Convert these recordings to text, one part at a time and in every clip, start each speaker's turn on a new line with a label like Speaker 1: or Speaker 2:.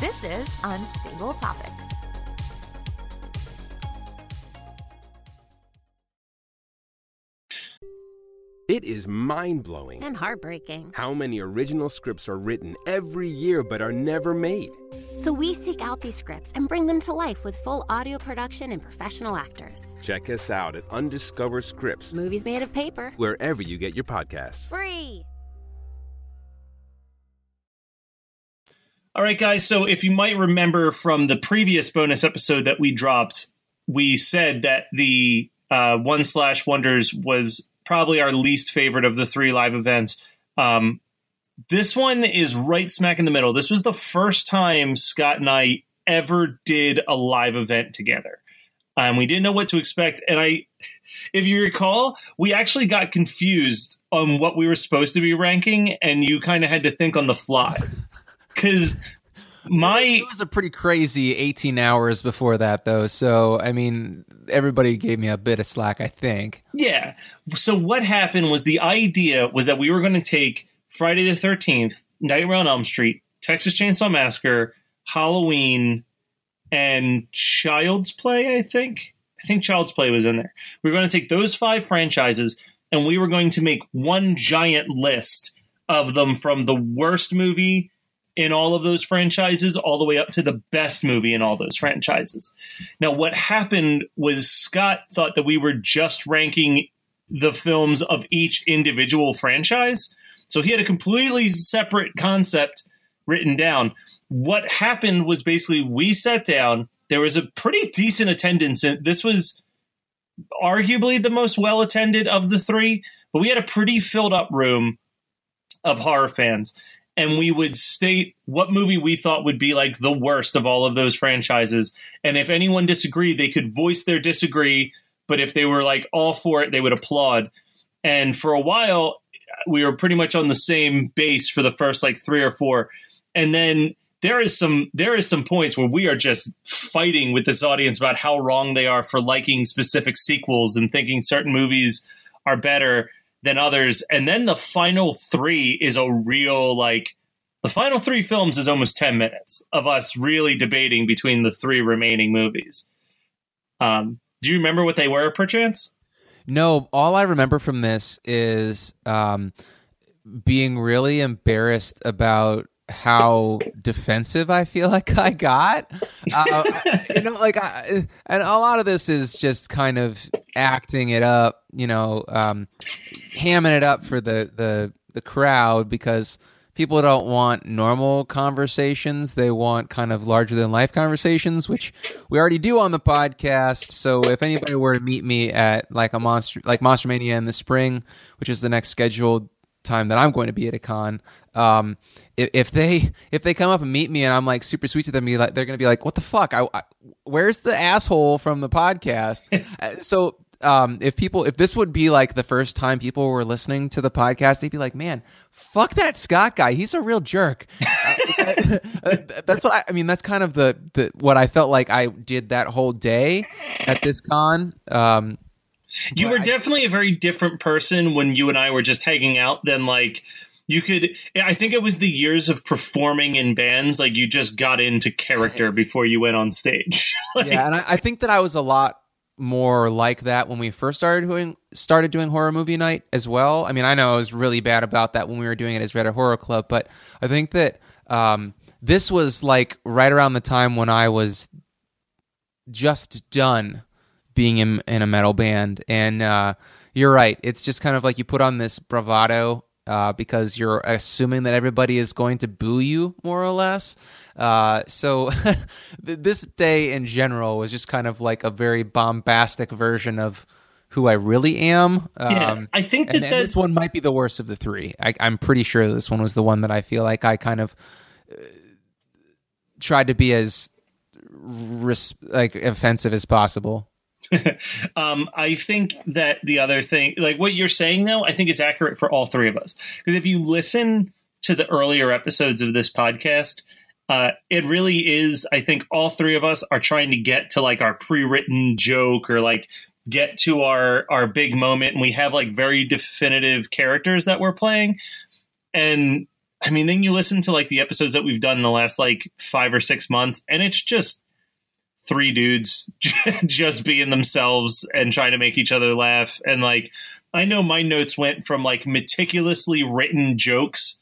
Speaker 1: This is Unstable Topics.
Speaker 2: It is mind blowing
Speaker 3: And heartbreaking.
Speaker 2: how many original scripts are written every year but are never made.
Speaker 3: So we seek out these scripts and bring them to life with full audio production and professional actors.
Speaker 2: Check us out at Undiscover Scripts,
Speaker 3: Movies made of paper.
Speaker 2: wherever you get your podcasts.
Speaker 3: Free!
Speaker 4: All right, guys. So if you might remember from the previous bonus episode that we dropped, we said that the uh, One Slash Wonders was probably our least favorite of the three live events. Um, this one is right smack in the middle. This was the first time Scott and I ever did a live event together. Um, we didn't know what to expect, and I, if you recall, we actually got confused on what we were supposed to be ranking, and you kind of had to think on the fly because my
Speaker 5: it was a pretty crazy 18 hours before that though so i mean everybody gave me a bit of slack i think
Speaker 4: yeah so what happened was the idea was that we were going to take friday the 13th nightmare on elm street texas chainsaw massacre halloween and child's play i think i think child's play was in there we were going to take those five franchises and we were going to make one giant list of them from the worst movie in all of those franchises all the way up to the best movie in all those franchises Now, what happened was Scott thought that we were just ranking the films of each individual franchise. So he had a completely separate concept written down. What happened was basically we sat down, there was a pretty decent attendance. And this was arguably the most well attended of the three, but we had a pretty filled up room of horror fans. And we would state what movie we thought would be like the worst of all of those franchises. And if anyone disagreed, they could voice their disagree. But if they were like all for it, they would applaud. And for a while, we were pretty much on the same base for the first like three or four. And then there is some there is some points where we are just fighting with this audience about how wrong they are for liking specific sequels and thinking certain movies are better than others. And then the final three is a real like the final three films is almost 10 minutes of us really debating between the three remaining movies. Um, do you remember what they were, perchance?
Speaker 5: no all i remember from this is um, being really embarrassed about how defensive i feel like i got uh, you know like I, and a lot of this is just kind of acting it up you know um, hamming it up for the the the crowd because people don't want normal conversations they want kind of larger than life conversations which we already do on the podcast so if anybody were to meet me at like a monster like monster mania in the spring which is the next scheduled time that i'm going to be at a con um, if, if they if they come up and meet me and i'm like super sweet to them be like they're gonna be like what the fuck I, I where's the asshole from the podcast Uh, so um, if people if this would be like the first time people were listening to the podcast they'd be like man fuck that scott guy he's a real jerk Uh, that's what I, I mean that's kind of the, the what i felt like i did that whole day at this con um,
Speaker 4: You were definitely a very different person when you and I were just hanging out than like you could I think it was the years of performing in bands like you just got into character before you went on stage. Like,
Speaker 5: yeah, and I, I think that I was a lot more like that when we first started doing started doing horror movie night as well. I mean, I know I was really bad about that when we were doing it as Reddit Horror Club, but I think that um, this was like right around the time when I was just done being in, in a metal band, and uh, you're right. It's just kind of like you put on this bravado uh, because you're assuming that everybody is going to boo you more or less. Uh, so th- this day in general was just kind of like a very bombastic version of who I really am. Um,
Speaker 4: Yeah, I think that
Speaker 5: and, and
Speaker 4: that-
Speaker 5: this one might be the worst of the three. I, I'm pretty sure this one was the one that I feel like I kind of uh, tried to be as res- like offensive as possible.
Speaker 4: Um, I think that the other thing, like what you're saying, though, I think is accurate for all three of us. Because if you listen to the earlier episodes of this podcast, uh, it really is. I think all three of us are trying to get to like our pre-written joke or like get to our our big moment, and we have like very definitive characters that we're playing. And I mean, then you listen to like the episodes that we've done in the last like five or six months, and it's just three dudes just being themselves and trying to make each other laugh and like i know my notes went from like meticulously written jokes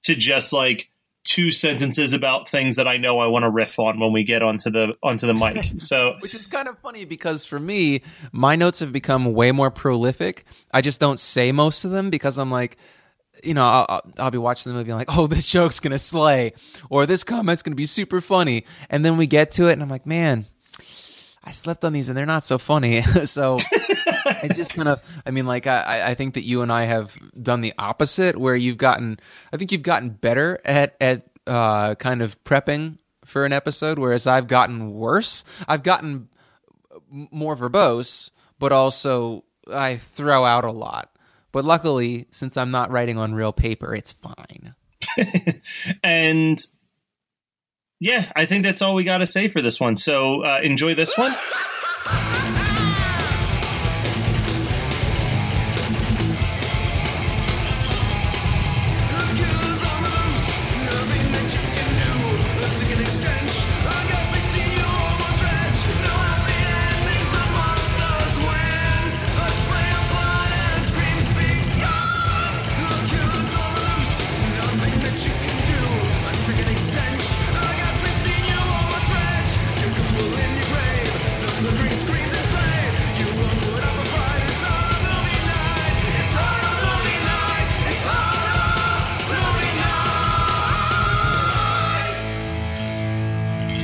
Speaker 4: to just like two sentences about things that i know i want to riff on when we get onto the onto the mic so
Speaker 5: Which is kind of funny because for me, my notes have become way more prolific. I just don't say most of them because I'm like, you know, I'll, I'll- I'll be watching the movie and like, oh, this joke's going to slay or this comment's going to be super funny. And then we get to it and I'm like, man, I slept on these and they're not so funny. so it's just kind of, I mean, like, I, I- I think that you and I have done the opposite where you've gotten, I think you've gotten better at, at uh, kind of prepping for an episode, whereas I've gotten worse. I've gotten more verbose, but also I throw out a lot. But luckily, since I'm not writing on real paper, it's fine.
Speaker 4: and yeah i think that's all we got to say for this one so uh, enjoy this one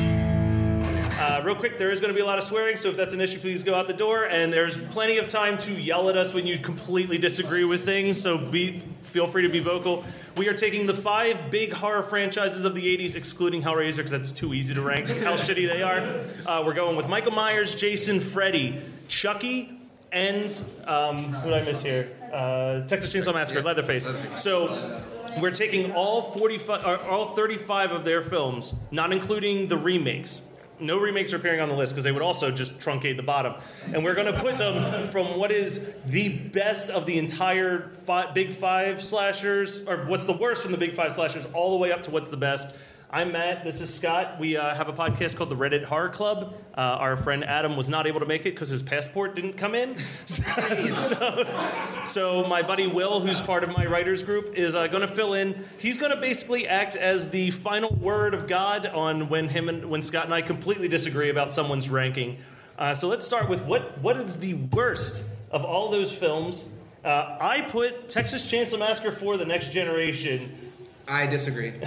Speaker 4: Uh, real quick, there is going to be a lot of swearing, so if that's an issue, please go out the door. And there's plenty of time to yell at us when you completely disagree with things, so be feel free to be vocal. We are taking the five big horror franchises of the 80s, excluding Hellraiser, because that's too easy to rank how shitty they are. Uh, we're going with Michael Myers, Jason, Freddy, Chucky, and um, what did I miss here? Uh, Texas Chainsaw Massacre, Leatherface. So we're taking all 45, or all 35 of their films, not including the remakes. No remakes are appearing on the list because they would also just truncate the bottom. And we're going to put them from what is the best of the entire fi- Big Five slashers, or what's the worst from the Big Five slashers, all the way up to what's the best. I'm Matt. This is Scott. We uh, have a podcast called the Reddit Horror Club. Uh, our friend Adam was not able to make it because his passport didn't come in. so, so my buddy Will, who's part of my writers group, is uh, going to fill in. He's going to basically act as the final word of God on when him and when Scott and I completely disagree about someone's ranking. Uh, so let's start with what what is the worst of all those films? Uh, I put Texas Chainsaw Massacre for the Next Generation.
Speaker 5: I disagree.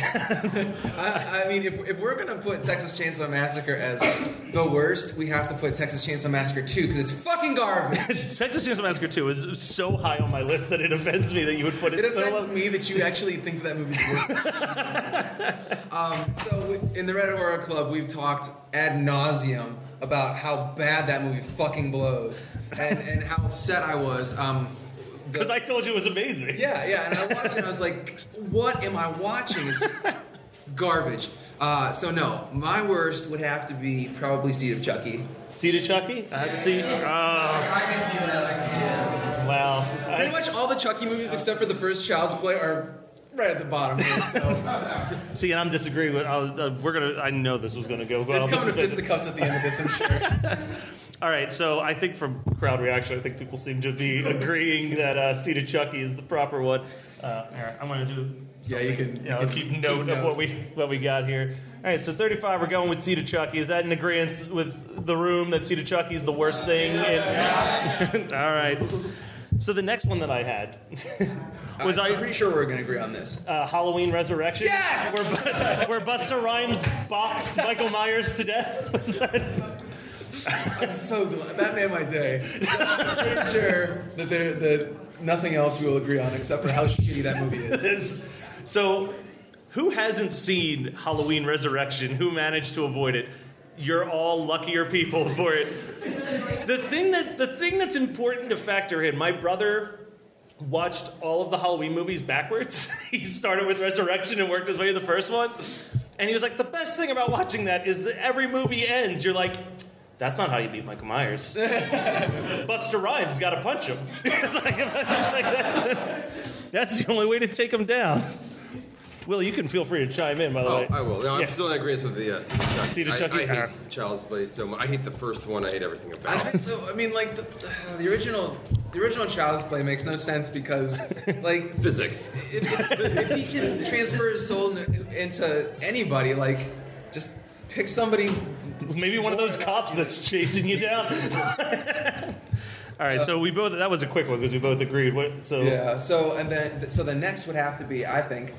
Speaker 5: I, I mean, if, if we're going to put Texas Chainsaw Massacre as the worst, we have to put Texas Chainsaw Massacre 2 because it's fucking garbage.
Speaker 4: Texas Chainsaw Massacre 2 is so high on my list that it offends me that you would put it,
Speaker 5: It
Speaker 4: so low.
Speaker 5: offends me that you actually think that movie's worth. um, so with- in the Red Horror Club, we've talked ad nauseum about how bad that movie fucking blows, and and how upset I was. Um, the-
Speaker 4: Because I told you it was amazing.
Speaker 5: yeah, yeah. And I watched it and I was like, what am I watching? It's just garbage. Uh, so no, my worst would have to be probably Seed of Chucky.
Speaker 4: See to Chucky? I had to see. Oh,
Speaker 5: I can see that. I can see that.
Speaker 4: wow.
Speaker 6: Pretty
Speaker 4: I,
Speaker 6: much all the Chucky movies except for the first Child's Play are right at the bottom. Here, so
Speaker 4: see, and I'm disagreeing with. I was, uh, we're gonna. I know this was gonna go well.
Speaker 6: it's coming to
Speaker 4: This is-
Speaker 6: fist the cuffs at the end of this, I'm sure.
Speaker 4: All right, so I think from crowd reaction, I think people seem to be agreeing that uh, See to Chucky is the proper one. Uh, all right, I'm gonna do.
Speaker 6: Yeah, you can.
Speaker 4: You know, keep note of what we what we got here. All right, so 35. We're going with See to Chucky. Is that in agreement with the room that See to Chucky is the worst thing? in- all right. So the next one that I had was
Speaker 5: I'm
Speaker 4: I
Speaker 5: pretty sure we're going to agree on this.
Speaker 4: uh, Halloween Resurrection.
Speaker 5: Yes!
Speaker 4: Where, Bu- where Busta Rhymes boxed Michael Myers to death. Was that-
Speaker 5: I'm so glad that made my day. I'm pretty sure that there that nothing else we will agree on except for how shitty that movie is.
Speaker 4: is- so, who hasn't seen Halloween Resurrection? Who managed to avoid it? You're all luckier people for it. The thing that the thing that's important to factor in. My brother watched all of the Halloween movies backwards. he started with Resurrection and worked his way to the first one. And he was like, the best thing about watching that is that every movie ends. You're like, that's not how you beat Michael Myers. Buster Rhymes got to punch him. Like, it's like, that's, that's the only way to take him down. Will, you can feel free to chime in, by the
Speaker 7: Oh,
Speaker 4: way.
Speaker 7: I will. No, I'm
Speaker 4: Yeah.
Speaker 7: still in agreement with the uh, Cedar Chucky.
Speaker 4: Cedar
Speaker 7: I-
Speaker 4: Chucky,
Speaker 7: I,
Speaker 4: uh.
Speaker 7: hate Child's Play so much. I hate the first one. I hate everything
Speaker 5: I,
Speaker 7: about
Speaker 5: don't
Speaker 7: it.
Speaker 5: know, I mean, like the, the original, the original Child's Play makes no sense because, like,
Speaker 7: Physics.
Speaker 5: if, if he can transfer his soul into, into anybody, like, just pick somebody.
Speaker 4: Maybe one of those cops that's chasing you down. All right, so we both, that was a quick one because we both agreed. What, so,
Speaker 5: Yeah. So and then so the next would have to be, I think,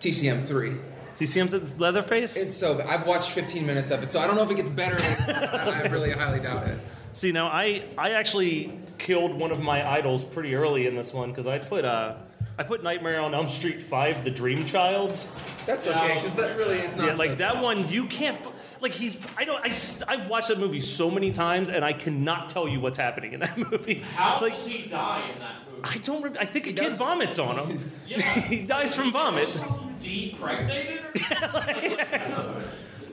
Speaker 5: TCM three.
Speaker 4: TCM's at Leatherface?
Speaker 5: It's so bad. I've watched 15 minutes of it, so I don't know if it gets better. I really highly doubt it.
Speaker 4: See, now I I actually killed one of my idols pretty early in this one because I put uh I put Nightmare on Elm Street Five: The Dream Child.
Speaker 5: That's okay, because that really is not.
Speaker 4: Yeah, like
Speaker 5: so
Speaker 4: that one you can't. f- Like he's I don't I s- I've watched that movie so many times and I cannot tell you what's happening in that movie.
Speaker 8: How
Speaker 4: like
Speaker 8: does he die in that movie?
Speaker 4: I don't. Re- I think a kid
Speaker 5: does.
Speaker 4: vomits on him. he dies from vomit.
Speaker 8: Depregnated? or something?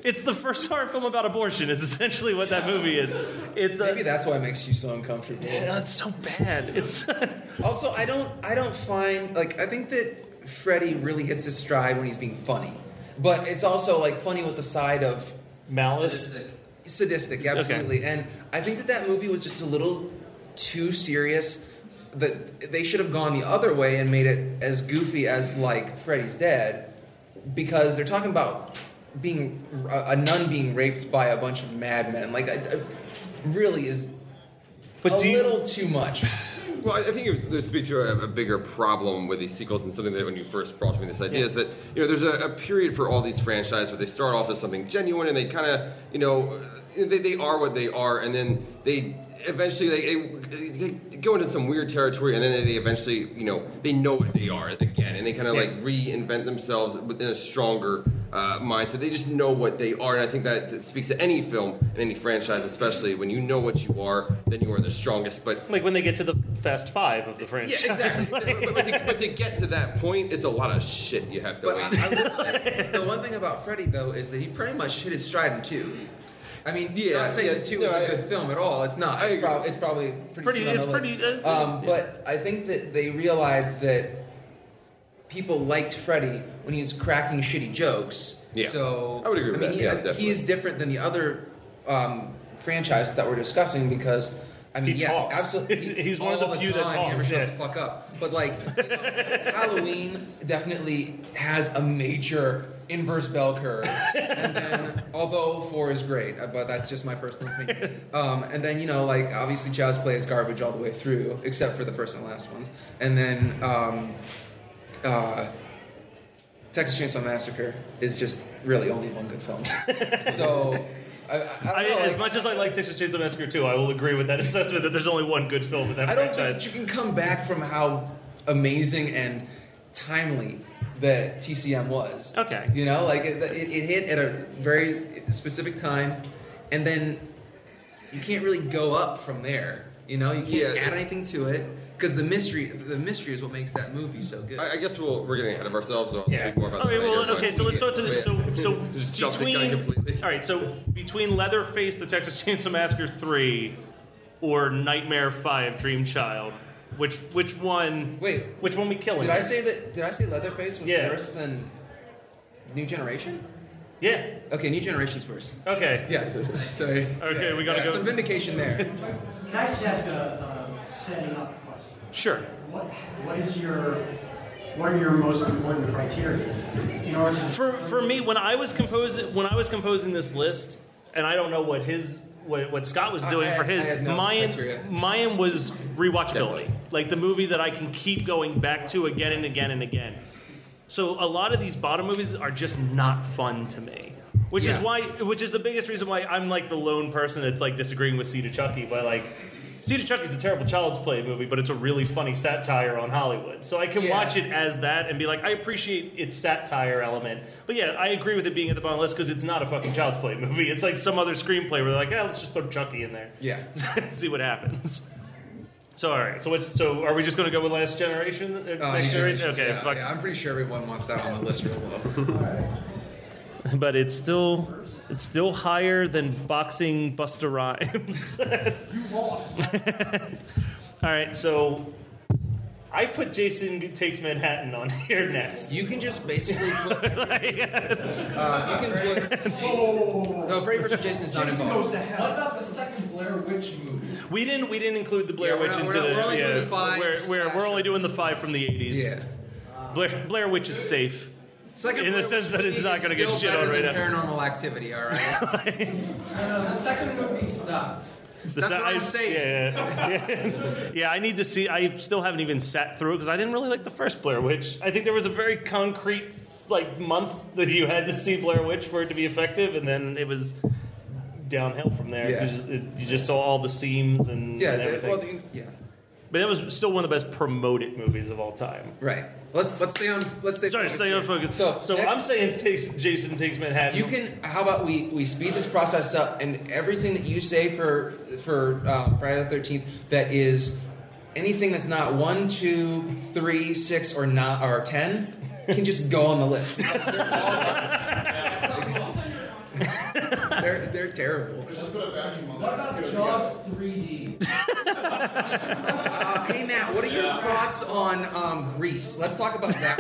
Speaker 4: It's the first horror film about abortion. Is essentially what that movie is. It's
Speaker 5: Maybe
Speaker 4: uh,
Speaker 5: that's why it makes you so uncomfortable.
Speaker 4: it's so bad. It's
Speaker 5: Also, I don't, I don't find like I think that Freddy really hits his stride when he's being funny, but it's also like funny with the side of
Speaker 4: malice.
Speaker 5: sadistic, absolutely. And I think that that movie was just a little too serious. That they should have gone the other way and made it as goofy as like Freddy's dead, because they're talking about being a a nun being raped by a bunch of madmen. Like, I, I- really is
Speaker 4: But
Speaker 5: a
Speaker 4: do you-
Speaker 5: little too much.
Speaker 7: Well, I I think it- there speaks to a, a bigger problem with these sequels and something that when you first brought to me this idea is that you know there's a, a period for all these franchises where they start off as something genuine and they kind of you know uh, they, they are what they are and then they eventually they, they, they go into some weird territory and then they eventually you know they know what they are again and they kind of
Speaker 4: Yeah.
Speaker 7: like reinvent themselves within a stronger uh, mindset. They just know what they are, and I think that, that speaks to any film and any franchise, especially when you know what you are, then you are the strongest. But
Speaker 4: Like when they get to the Fast Five of the
Speaker 7: yeah,
Speaker 4: franchise.
Speaker 7: exactly. but, but to, but to get to that point, it's a lot of shit you have to
Speaker 5: But I,
Speaker 7: wait.
Speaker 5: I would say the one thing about Freddy though is that he pretty much hit his stride in two. I mean,
Speaker 7: Yeah,
Speaker 5: not saying
Speaker 7: yeah,
Speaker 5: that two
Speaker 7: no,
Speaker 5: is a
Speaker 7: I-
Speaker 5: good film at all. It's not.
Speaker 7: I
Speaker 5: It's,
Speaker 7: agree.
Speaker 5: prob- it's probably pretty.
Speaker 4: Pretty-
Speaker 5: soon on
Speaker 4: it's
Speaker 5: the list.
Speaker 4: pretty, uh,
Speaker 5: um, But I think that they realized that people liked Freddy when he was cracking shitty jokes.
Speaker 7: Yeah.
Speaker 5: So
Speaker 7: I would agree with
Speaker 5: mean,
Speaker 7: that.
Speaker 5: he's-
Speaker 7: Yeah, definitely.
Speaker 5: he is different than the other um, franchises that we're discussing because. I mean,
Speaker 4: He
Speaker 5: yes,
Speaker 4: talks.
Speaker 5: absolutely.
Speaker 4: He's one of
Speaker 5: all
Speaker 4: the few that
Speaker 5: time, He never
Speaker 4: talks,
Speaker 5: shuts
Speaker 4: yeah.
Speaker 5: the fuck up. But like, you know, Halloween definitely has a major inverse bell curve. And then, although four is great, uh, but that's just my personal opinion. Um, and then you know, like obviously, Jazz Play is garbage all the way through, except for the first and last ones. And then um, uh, Texas Chainsaw Massacre is just really only one good film. so. I, I, I don't
Speaker 4: I,
Speaker 5: know,
Speaker 4: as
Speaker 5: like-
Speaker 4: much as I like Texas Chainsaw Massacre too, I will agree with that assessment that there's only one good film in that
Speaker 5: I don't think
Speaker 4: franchise.
Speaker 5: that you can come back from how amazing and timely that TCM was.
Speaker 4: Okay.
Speaker 5: You know, like it, it, it hit at a very specific time, and then you can't really go up from there. You know, you can't
Speaker 7: Yeah.
Speaker 5: add anything to it because the mystery, the mystery is what makes that movie so good.
Speaker 7: I, I guess we'll, we're getting ahead of ourselves. So I'll
Speaker 4: yeah.
Speaker 7: speak more about
Speaker 4: Okay,
Speaker 7: that
Speaker 4: well,
Speaker 7: later,
Speaker 4: okay.
Speaker 7: but-
Speaker 4: So let's start to the, so so
Speaker 7: Just jumped the gun
Speaker 4: between
Speaker 7: completely.
Speaker 4: all right. So between Leatherface, The Texas Chainsaw Massacre three, or Nightmare Five, Dream Child, which which one?
Speaker 5: Wait.
Speaker 4: which one we killing?
Speaker 5: did I say that? Did I say Leatherface was
Speaker 4: Yeah.
Speaker 5: worse than New Generation?
Speaker 4: Yeah.
Speaker 5: Okay, New Generation's worse.
Speaker 4: Okay.
Speaker 5: Yeah. Sorry.
Speaker 4: Okay, we gotta
Speaker 5: Yeah,
Speaker 4: go-
Speaker 5: Some vindication there.
Speaker 9: Can I just ask a, a setting up question?
Speaker 4: Sure.
Speaker 9: What what is your what are your most important criteria in order to
Speaker 4: For for me, when I was composing when I was composing this list, and I don't know what his what, what Scott was
Speaker 5: I-
Speaker 4: doing
Speaker 5: I-
Speaker 4: for his
Speaker 5: I had no criteria.
Speaker 4: Mayan. Mayan was rewatchability,
Speaker 5: Definitely.
Speaker 4: like the movie that I can keep going back to again and again and again. So a lot of these bottom movies are just not fun to me, which is
Speaker 5: Yeah.
Speaker 4: why, which is the biggest reason why I'm like the lone person that's like disagreeing with Seed of Chucky. But like, Seed of Chucky is a terrible child's play movie, but it's a really funny satire on Hollywood. So I can
Speaker 5: Yeah.
Speaker 4: watch it as that and be like, I appreciate its satire element. But yeah, I agree with it being at the bottom of the list because it's not a fucking child's play movie. It's like some other screenplay where they're like, yeah, let's just throw Chucky in there.
Speaker 5: Yeah.
Speaker 4: See what happens. So all right. So what, so are we just going to go with Last Generation? Uh,
Speaker 5: Uh,
Speaker 4: next
Speaker 5: you-
Speaker 4: generation? Okay.
Speaker 5: yeah,
Speaker 4: fuck.
Speaker 5: yeah, I'm pretty sure everyone wants that on the list real low.
Speaker 4: But it's still it's still higher than boxing Buster Rhymes.
Speaker 9: You lost.
Speaker 4: all right. So I put Jason Takes Manhattan on here next.
Speaker 5: You can just basically put.
Speaker 4: Like,
Speaker 5: Uh, you can put.
Speaker 9: Whoa, whoa, whoa, whoa, whoa.
Speaker 5: No, Freddy vs. Jason is not
Speaker 9: Jason
Speaker 5: involved.
Speaker 9: goes to
Speaker 10: What
Speaker 9: hell.
Speaker 10: about the second Blair Witch movie?
Speaker 4: we didn't we didn't include the Blair
Speaker 5: Yeah, we're
Speaker 4: Witch
Speaker 5: not-
Speaker 4: into
Speaker 5: we're not-
Speaker 4: the
Speaker 5: we're only doing
Speaker 4: yeah,
Speaker 5: the five
Speaker 4: we're, we're, we're
Speaker 5: slash-
Speaker 4: only doing the five from the eighties.
Speaker 5: Yeah.
Speaker 4: Blair Blair Witch is safe.
Speaker 5: Second
Speaker 4: In the
Speaker 5: Blair
Speaker 4: sense
Speaker 5: Witch
Speaker 4: that it's
Speaker 5: movie
Speaker 4: not
Speaker 5: is
Speaker 4: gonna get
Speaker 5: still
Speaker 4: shit
Speaker 5: better
Speaker 4: on right
Speaker 5: than
Speaker 4: now.
Speaker 5: Paranormal Activity, all right.
Speaker 10: No, no, the second movie sucked.
Speaker 4: The
Speaker 5: That's
Speaker 4: sa-
Speaker 5: what I'm
Speaker 4: I-
Speaker 5: saying.
Speaker 4: Yeah, yeah. Yeah, I need to see. I still haven't even sat through it because I didn't really like the first Blair Witch. I think there was a very concrete like month that you had to see Blair Witch for it to be effective, and then it was downhill from there.
Speaker 5: Yeah.
Speaker 4: You, just, it- you just saw all the seams and,
Speaker 5: yeah.
Speaker 4: and
Speaker 5: the-
Speaker 4: everything.
Speaker 5: Well, the, yeah.
Speaker 4: but that was still one of the best promoted movies of all time.
Speaker 5: Right. Let's let's stay on. Let's stay.
Speaker 4: Sorry,
Speaker 5: focused
Speaker 4: stay on
Speaker 5: here.
Speaker 4: focus.
Speaker 5: So,
Speaker 4: So, so
Speaker 5: next-
Speaker 4: I'm saying takes, Jason takes Manhattan.
Speaker 5: You can. How about we we speed this process up, and everything that you say for for um, Friday the Thirteenth that is anything that's not one, two, three, six, or not or ten can just go on the list. They're, all- they're, they're terrible.
Speaker 10: What about Jaws 3D?
Speaker 5: Uh, hey Matt, what are your thoughts on um, Greece? Let's talk about that.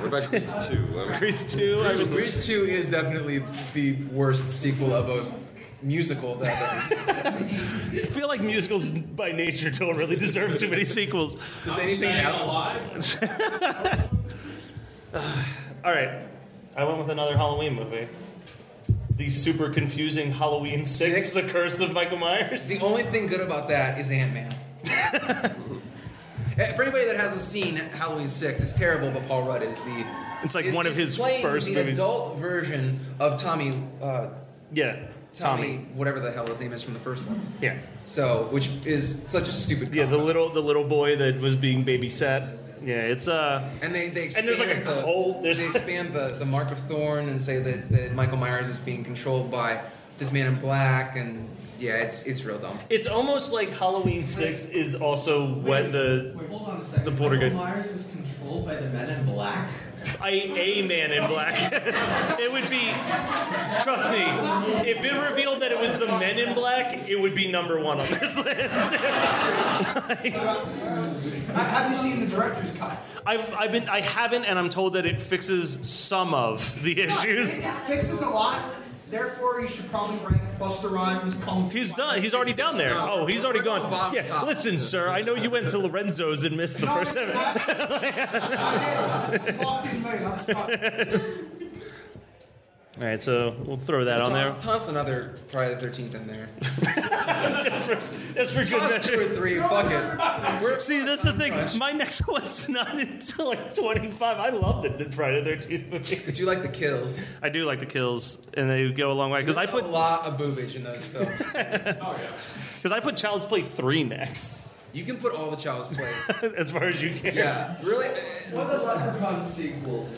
Speaker 7: What about Grease 2? I mean,
Speaker 4: Grease two. I
Speaker 5: Grease,
Speaker 4: would-
Speaker 5: Grease Two is definitely the worst sequel of a musical that I've ever seen.
Speaker 4: I feel like musicals by nature don't really deserve too many sequels.
Speaker 5: Does anything
Speaker 10: Staying
Speaker 5: happen?
Speaker 10: alive?
Speaker 4: All right, I went with another Halloween movie. The super confusing Halloween Six:
Speaker 5: Six?
Speaker 4: The Curse of Michael Myers.
Speaker 5: The only thing good about that is Ant Man. For anybody that hasn't seen Halloween Six, it's terrible, but Paul Rudd is the.
Speaker 4: It's like
Speaker 5: is-
Speaker 4: one of
Speaker 5: is
Speaker 4: his
Speaker 5: playing
Speaker 4: first
Speaker 5: the
Speaker 4: movies.
Speaker 5: adult version of Tommy. Uh,
Speaker 4: Yeah,
Speaker 5: Tommy, whatever the hell his name is from the first one.
Speaker 4: Yeah,
Speaker 5: So, which is such a stupid.
Speaker 4: yeah. The
Speaker 5: combo.
Speaker 4: little the little boy that was being babysat. Yeah, it's uh.
Speaker 5: And they, they
Speaker 4: And there's like
Speaker 5: expand
Speaker 4: a
Speaker 5: the,
Speaker 4: cult, there's-
Speaker 5: They expand the, the Mark of Thorn and say that, that Michael Myers is being controlled by this man in black, and yeah, it's it's real dumb.
Speaker 4: It's almost like Halloween Six is also what the
Speaker 10: Wait, hold on a second.
Speaker 4: The poltergeist.
Speaker 10: Michael Myers was controlled by the men in black.
Speaker 4: I a man in black. it would be trust me, if it revealed that it was the men in black, it would be number one on this list.
Speaker 9: Ha- Have you seen the director's cut?
Speaker 4: I've I've been I haven't and I'm told that it fixes some of the issues.
Speaker 9: Fixes a lot. Therefore, you should probably rank Buster Rhymes. Kung Fu
Speaker 4: He's
Speaker 9: Fighter.
Speaker 4: done. He's already down there. Oh, he's already gone. Yeah, listen, sir. I know you went to Lorenzo's and missed the
Speaker 9: No,
Speaker 4: first seven.
Speaker 9: I- I- I walked in late. I'm sorry.
Speaker 4: All right, so we'll throw that on there
Speaker 5: Toss, toss another Friday the Thirteenth in there.
Speaker 4: just for just for good
Speaker 5: Toss two
Speaker 4: measure.
Speaker 5: or three. Fuck it. We're,
Speaker 4: See, that's the thing. My next one's not until like 25. I loved it. The Friday the 13th movie.
Speaker 5: Because you like the kills.
Speaker 4: I do like the kills, and they go a long way. Because I put
Speaker 5: a lot of boobage in those films.
Speaker 4: because I put Child's Play three next,
Speaker 5: you can put all the child's plays.
Speaker 4: as far as you can.
Speaker 5: Yeah, really.
Speaker 10: What are the Leprechaun sequels?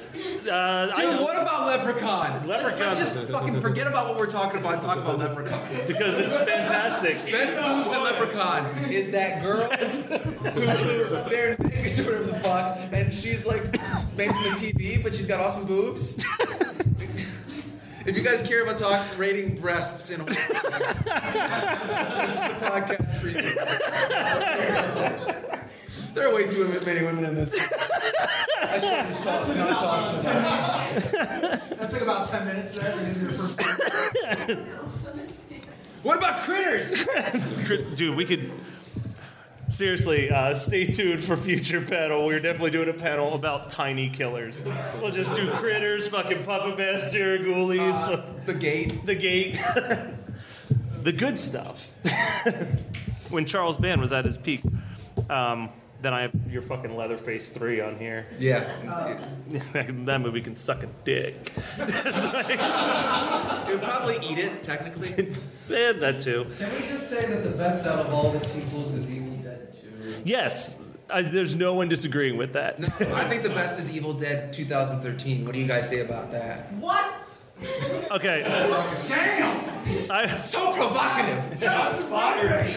Speaker 4: Uh, I
Speaker 5: Dude,
Speaker 4: know,
Speaker 5: what about Leprechaun? Let's-
Speaker 4: Leprechaun.
Speaker 5: Let's, just fucking forget about what we're talking about. and Talk about Leprechaun.
Speaker 4: because it's fantastic.
Speaker 5: Best boobs in Leprechaun is that girl who they're in Vegas or whatever the fuck, and she's like making the TV, but she's got awesome boobs. If you guys care about talk rating breasts in a this is the podcast for you. There are way too many women in this. I should just talk, not talk so much.
Speaker 9: That took about 10 minutes there. and then your first
Speaker 5: What about critters?
Speaker 4: Dude, we could. seriously, uh, stay tuned for future panel. We're definitely doing a panel about tiny killers. We'll just do critters, fucking puppet master, ghoulies,
Speaker 5: the gate,
Speaker 4: the gate, the good stuff. when Charles Band was at his peak, um, then I have your fucking Leatherface three on here.
Speaker 5: Yeah.
Speaker 4: that movie can suck a dick.
Speaker 5: It would probably eat it, technically.
Speaker 4: Yeah, Eh, that too.
Speaker 10: Can we just say that the best out of all the sequels is Evil Dead 2?
Speaker 4: Yes, I, there's no one disagreeing with that.
Speaker 5: I think the best is Evil Dead 2013. What do you guys say about that?
Speaker 10: What?
Speaker 4: Okay.
Speaker 10: Damn!
Speaker 4: I,
Speaker 5: So provocative.
Speaker 10: Shots fired!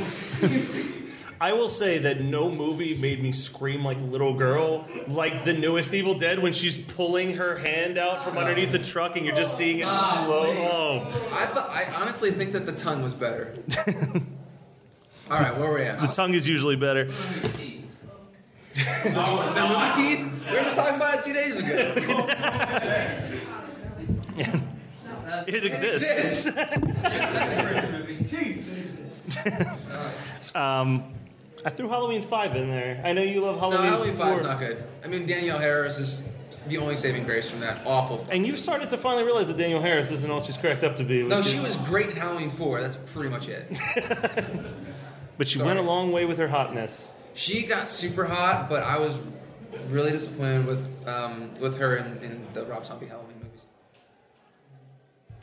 Speaker 4: I will say that no movie made me scream like a little girl like the newest Evil Dead when she's pulling her hand out from underneath the truck and you're just seeing it slow. Oh,
Speaker 5: I, thought, I honestly think that the tongue was better. All right, where are we at?
Speaker 4: Oh, the tongue is usually better.
Speaker 5: Remember the teeth? We were just talking about it two days ago.
Speaker 4: It exists.
Speaker 5: Sis.
Speaker 4: Um, I threw Halloween Five in there. I know you love
Speaker 5: No,
Speaker 4: Halloween.
Speaker 5: Halloween 5
Speaker 4: four.
Speaker 5: is not good. I mean, Danielle Harris is the only saving grace from that awful. F-
Speaker 4: And you've started to finally realize that Daniel Harris isn't all she's cracked up to be.
Speaker 5: no,
Speaker 4: which
Speaker 5: she
Speaker 4: is-
Speaker 5: was great in Halloween 4. That's pretty much it.
Speaker 4: But she
Speaker 5: Sorry.
Speaker 4: went a long way with her hotness.
Speaker 5: She got super hot, but I was really disappointed with um, with her in, in the Rob Zombie Halloween movies.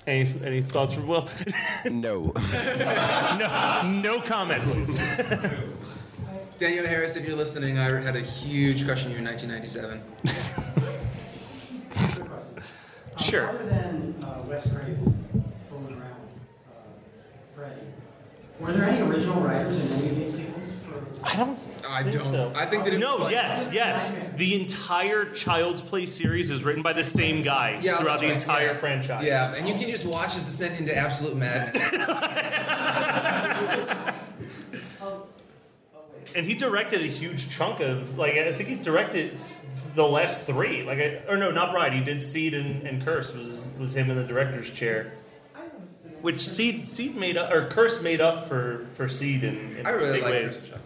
Speaker 4: Any any thoughts from Will?
Speaker 2: No.
Speaker 4: no, no comment, please.
Speaker 5: Danielle Harris, if you're listening, I had a huge crush on you in 1997.
Speaker 4: Sure.
Speaker 9: Uh, Other than uh, Wes Craven fooling around with uh, Freddy, were there any original writers in any of these sequels? For,
Speaker 4: I don't.
Speaker 5: I
Speaker 4: think
Speaker 5: don't.
Speaker 4: so.
Speaker 5: I think that it
Speaker 4: no.
Speaker 5: was like-
Speaker 4: yes. Yes. The entire Child's Play series is written by the same guy
Speaker 5: Yeah,
Speaker 4: throughout
Speaker 5: that's
Speaker 4: the
Speaker 5: right,
Speaker 4: entire
Speaker 5: yeah.
Speaker 4: franchise.
Speaker 5: Yeah, and you can just watch his descent into absolute madness.
Speaker 4: And he directed a huge chunk of like I think he directed the last three. Like I, or no, not Bride. He did Seed and, and Curse was was him in the director's chair. Which Seed Seed made up or Curse made up for for Seed in, in
Speaker 5: I really
Speaker 4: big
Speaker 5: like
Speaker 4: ways.
Speaker 5: Chris Chucky.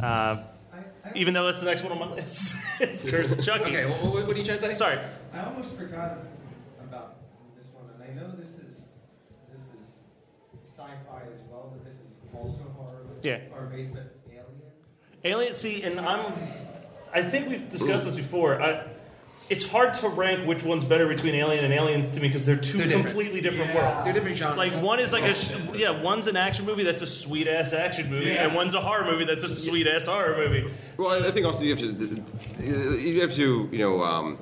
Speaker 4: Uh, even though that's the next one on my list, it's Curse and Chucky.
Speaker 5: Okay, what, what, what are you trying to say?
Speaker 4: Sorry.
Speaker 10: I almost forgot about this one, and I know this is this is sci-fi as well, but this is also horror.
Speaker 4: Yeah.
Speaker 10: Horror based, but alien.
Speaker 4: Alien, see, and I'm. I think we've discussed this before. I, it's hard to rank which one's better between Alien and Aliens to me because they're 2
Speaker 5: They're different.
Speaker 4: completely different
Speaker 5: They're
Speaker 4: worlds.
Speaker 5: different genres.
Speaker 4: Like one is like a sh- yeah, one's an action movie that's a sweet ass action movie, and one's a horror movie that's a sweet ass horror movie.
Speaker 7: Well, I- I think also you have to you have to you know um,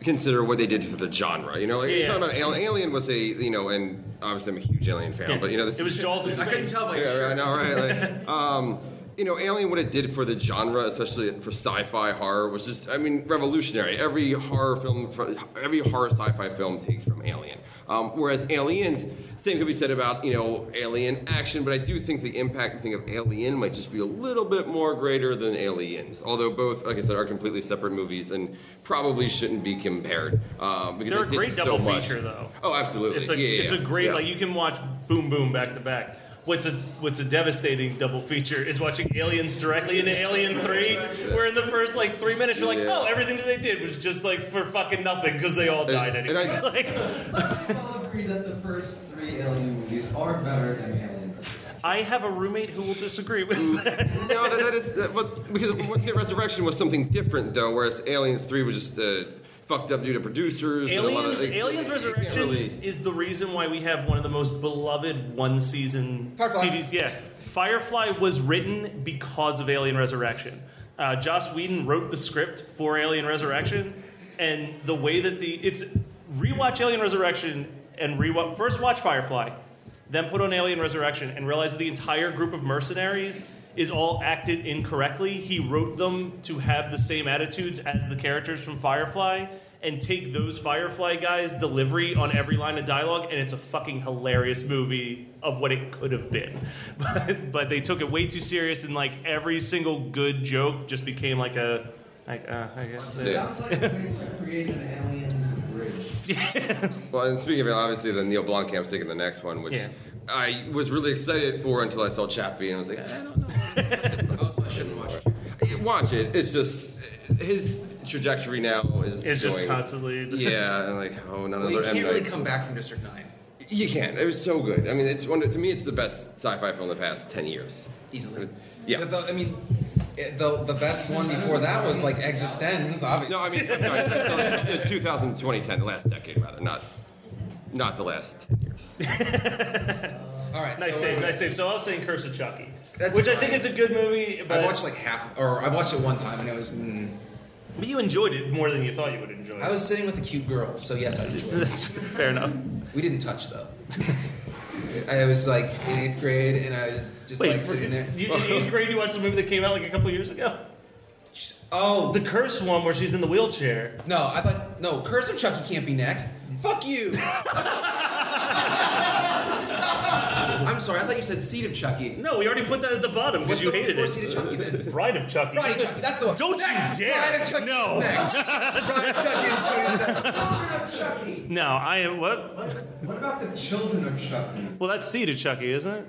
Speaker 7: consider what they did for the genre. You know, like
Speaker 4: Yeah.
Speaker 7: you're talking about Alien. Alien was a you know, and obviously I'm a huge Alien fan, but you know this
Speaker 4: it was
Speaker 7: is,
Speaker 4: Jaws.
Speaker 5: I couldn't tell by your
Speaker 7: Yeah,
Speaker 5: shirt.
Speaker 7: right. No, right. Like, um, you know, Alien, what it did for the genre, especially for sci-fi horror, was just, I mean, revolutionary. Every horror film, fr- every horror sci-fi film takes from Alien. Um, whereas Aliens, same could be said about, you know, Alien action, but I do think the impact and thing of Alien might just be a little bit more greater than Aliens. Although both, like I said, are completely separate movies and probably shouldn't be compared. Uh, because
Speaker 4: They're
Speaker 7: they
Speaker 4: a
Speaker 7: did
Speaker 4: great
Speaker 7: so
Speaker 4: double
Speaker 7: much.
Speaker 4: feature, though.
Speaker 7: Oh, absolutely.
Speaker 4: It's a
Speaker 7: yeah, yeah,
Speaker 4: it's a great
Speaker 7: yeah.
Speaker 4: like you can watch Boom Boom back to back. What's a what's a devastating double feature is watching Aliens directly into Alien Three, where in the first like three minutes you're like,
Speaker 7: Yeah.
Speaker 4: oh, everything that they did was just like for fucking nothing because they all
Speaker 7: And-
Speaker 4: died
Speaker 7: and
Speaker 4: anyway.
Speaker 7: I-
Speaker 4: Like,
Speaker 10: Let's just all agree that the first three alien movies are better than Alien. versus
Speaker 4: I have a roommate who will disagree with that.
Speaker 7: no, that, that is that, but because once again, Resurrection was something different though, whereas Aliens Three was just uh, fucked up due to producers. and a lot
Speaker 4: Aliens,
Speaker 7: of, like,
Speaker 4: Aliens
Speaker 7: you can't
Speaker 4: Resurrection
Speaker 7: really-
Speaker 4: is the reason why we have one of the most beloved one season
Speaker 5: Firefly.
Speaker 4: TVs. Yeah, Firefly was written because of Alien Resurrection. Uh, Joss Whedon wrote the script for Alien Resurrection, and the way that the it's rewatch Alien Resurrection and rewatch first watch Firefly, then put on Alien Resurrection and realize that the entire group of mercenaries is all acted incorrectly. He wrote them to have the same attitudes as the characters from Firefly and take those Firefly guys' delivery on every line of dialogue, and it's a fucking hilarious movie of what it could have been. But, but they took it way too serious, and like every single good joke just became like a. Like, uh, I guess. uh,
Speaker 10: It sounds like ways to create an alien's bridge.
Speaker 7: Well, and speaking of it, obviously, the Neil Blomkamp's taking the next one, which
Speaker 4: Yeah.
Speaker 7: I was really excited for until I saw Chappie, and I was like, I don't know. also, I shouldn't watch it. Watch it. It's just his trajectory now is.
Speaker 4: It's just
Speaker 7: going-
Speaker 4: constantly-
Speaker 7: Yeah, and like oh, not
Speaker 5: Well,
Speaker 7: another.
Speaker 5: you
Speaker 7: M.
Speaker 5: can't really
Speaker 7: Night.
Speaker 5: come back from District Nine.
Speaker 7: You can. It was so good. I mean, it's one. of- To me, it's the best sci-fi film of the past ten years. Easily. Yeah.
Speaker 5: But the- I mean, it- the the best one before that was like Existenz, obviously.
Speaker 7: No, I mean, I'm sorry, the- the 2000, 2010, the last decade rather, not not the last ten years.
Speaker 5: All right.
Speaker 4: Nice
Speaker 5: so,
Speaker 4: save,
Speaker 5: uh,
Speaker 4: nice save. So I was saying Curse of Chucky,
Speaker 5: That's
Speaker 4: which I
Speaker 5: fine.
Speaker 4: think is a good movie. But
Speaker 5: I watched like half, or I watched it one time, and it was. Mm,
Speaker 4: But you enjoyed it more than you thought you would enjoy.
Speaker 5: I was sitting with a cute girl, so yes, I enjoyed it.
Speaker 4: Fair enough.
Speaker 5: We didn't touch though. I was like in eighth grade, and I was just
Speaker 4: Wait,
Speaker 5: like
Speaker 4: for-
Speaker 5: sitting there.
Speaker 4: you, in eighth grade, you watched a movie that came out like a couple years ago.
Speaker 5: Oh,
Speaker 4: the Curse one where she's in the wheelchair.
Speaker 5: No, I thought no. Curse of Chucky can't be next. Fuck you. I'm sorry. I thought you said Seed of Chucky.
Speaker 4: No, we already put that at the bottom because
Speaker 5: What's
Speaker 4: you
Speaker 5: the
Speaker 4: hated
Speaker 5: before
Speaker 4: it.
Speaker 5: Seed of Chucky then?
Speaker 4: Bride of Chucky.
Speaker 5: Ronnie Chucky. That's the one.
Speaker 4: Don't you dare!
Speaker 5: Bride of Chucky
Speaker 4: no,
Speaker 5: is next. Bride of Chucky is 27.
Speaker 9: Children of Chucky.
Speaker 4: no. I what?
Speaker 9: What about the children of Chucky?
Speaker 4: Well, that's Seed of Chucky, isn't it?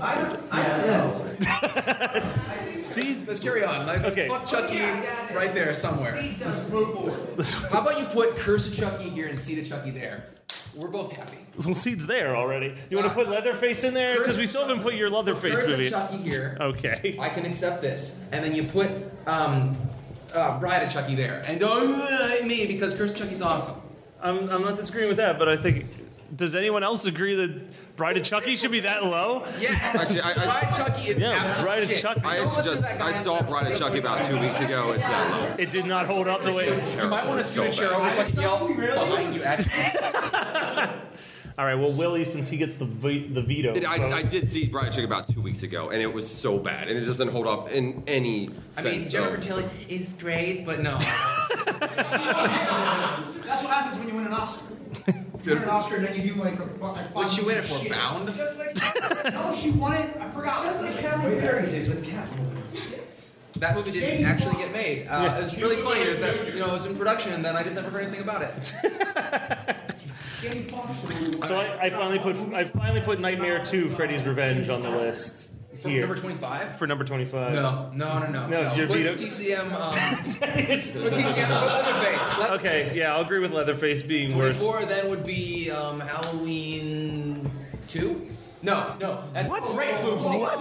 Speaker 9: I don't, I don't know.
Speaker 4: Seed.
Speaker 5: Let's carry on. Like,
Speaker 4: Okay.
Speaker 5: Fuck Chucky
Speaker 9: Oh,
Speaker 5: right there somewhere. How about you put Curse of Chucky here and Seed of Chucky there? We're both happy.
Speaker 4: Well, Seed's there already. You want to
Speaker 5: Uh,
Speaker 4: put Leatherface in there because we still haven't put your Leatherface
Speaker 5: Curse
Speaker 4: movie.
Speaker 5: of Chucky here.
Speaker 4: Okay.
Speaker 5: I can accept this. And then you put um, uh, Bride of Chucky there. And don't uh, me because Curse of Chucky's awesome.
Speaker 4: I'm, I'm not disagreeing with that, but I think. Does anyone else agree that Bride of Chucky should be that low?
Speaker 5: Yes.
Speaker 7: Actually, I- I-
Speaker 5: Bride of Chucky is
Speaker 4: Yeah,
Speaker 5: absolute
Speaker 4: Bride of
Speaker 5: shit.
Speaker 4: Chucky.
Speaker 7: I
Speaker 5: Don't
Speaker 7: actually
Speaker 5: listen to
Speaker 7: just
Speaker 5: that guy.
Speaker 7: I saw Bride of Chucky about two weeks ago. It's uh, that low.
Speaker 4: It did not hold up the way.
Speaker 5: You might want to scoot a chair over so I can yell behind you. At you.
Speaker 4: All right, well, Willie, since he gets the ve- the veto,
Speaker 7: It,
Speaker 4: vote-
Speaker 7: I, I did see Bride of Chucky about two weeks ago, and it was so bad, and it doesn't hold up in any
Speaker 5: I
Speaker 7: sense.
Speaker 5: mean, Jennifer
Speaker 7: of-
Speaker 5: Tilly is great, but no.
Speaker 9: That's what happens when you win an Oscar. You win an Oscar and then you do like a, like five.
Speaker 5: Would she win it
Speaker 9: minutes of
Speaker 5: for
Speaker 9: shit.
Speaker 5: Bound?
Speaker 9: Just like no, Oh, she won it. I forgot. Just like Halle Berry did with Catwoman.
Speaker 5: That movie didn't
Speaker 9: Jamie
Speaker 5: actually
Speaker 9: Foxx.
Speaker 5: get made. Uh, It was really funny that you know it was in production, and then I just never heard anything about it.
Speaker 9: Jamie Foxx. was-
Speaker 4: so I, I finally put I finally put Nightmare Two: Freddy's Revenge on the list
Speaker 5: For
Speaker 4: here
Speaker 5: Number twenty-five.
Speaker 4: for number twenty five.
Speaker 5: No, no, no, no.
Speaker 4: No, you're
Speaker 5: Put
Speaker 4: veto-
Speaker 5: TCM. Um, put TCM. Put Leatherface. Leatherface.
Speaker 4: Okay, yeah, I'll agree with Leatherface being worse.
Speaker 5: Twenty-four then would be um, Halloween two. No, no. That's great boob scene.
Speaker 4: What?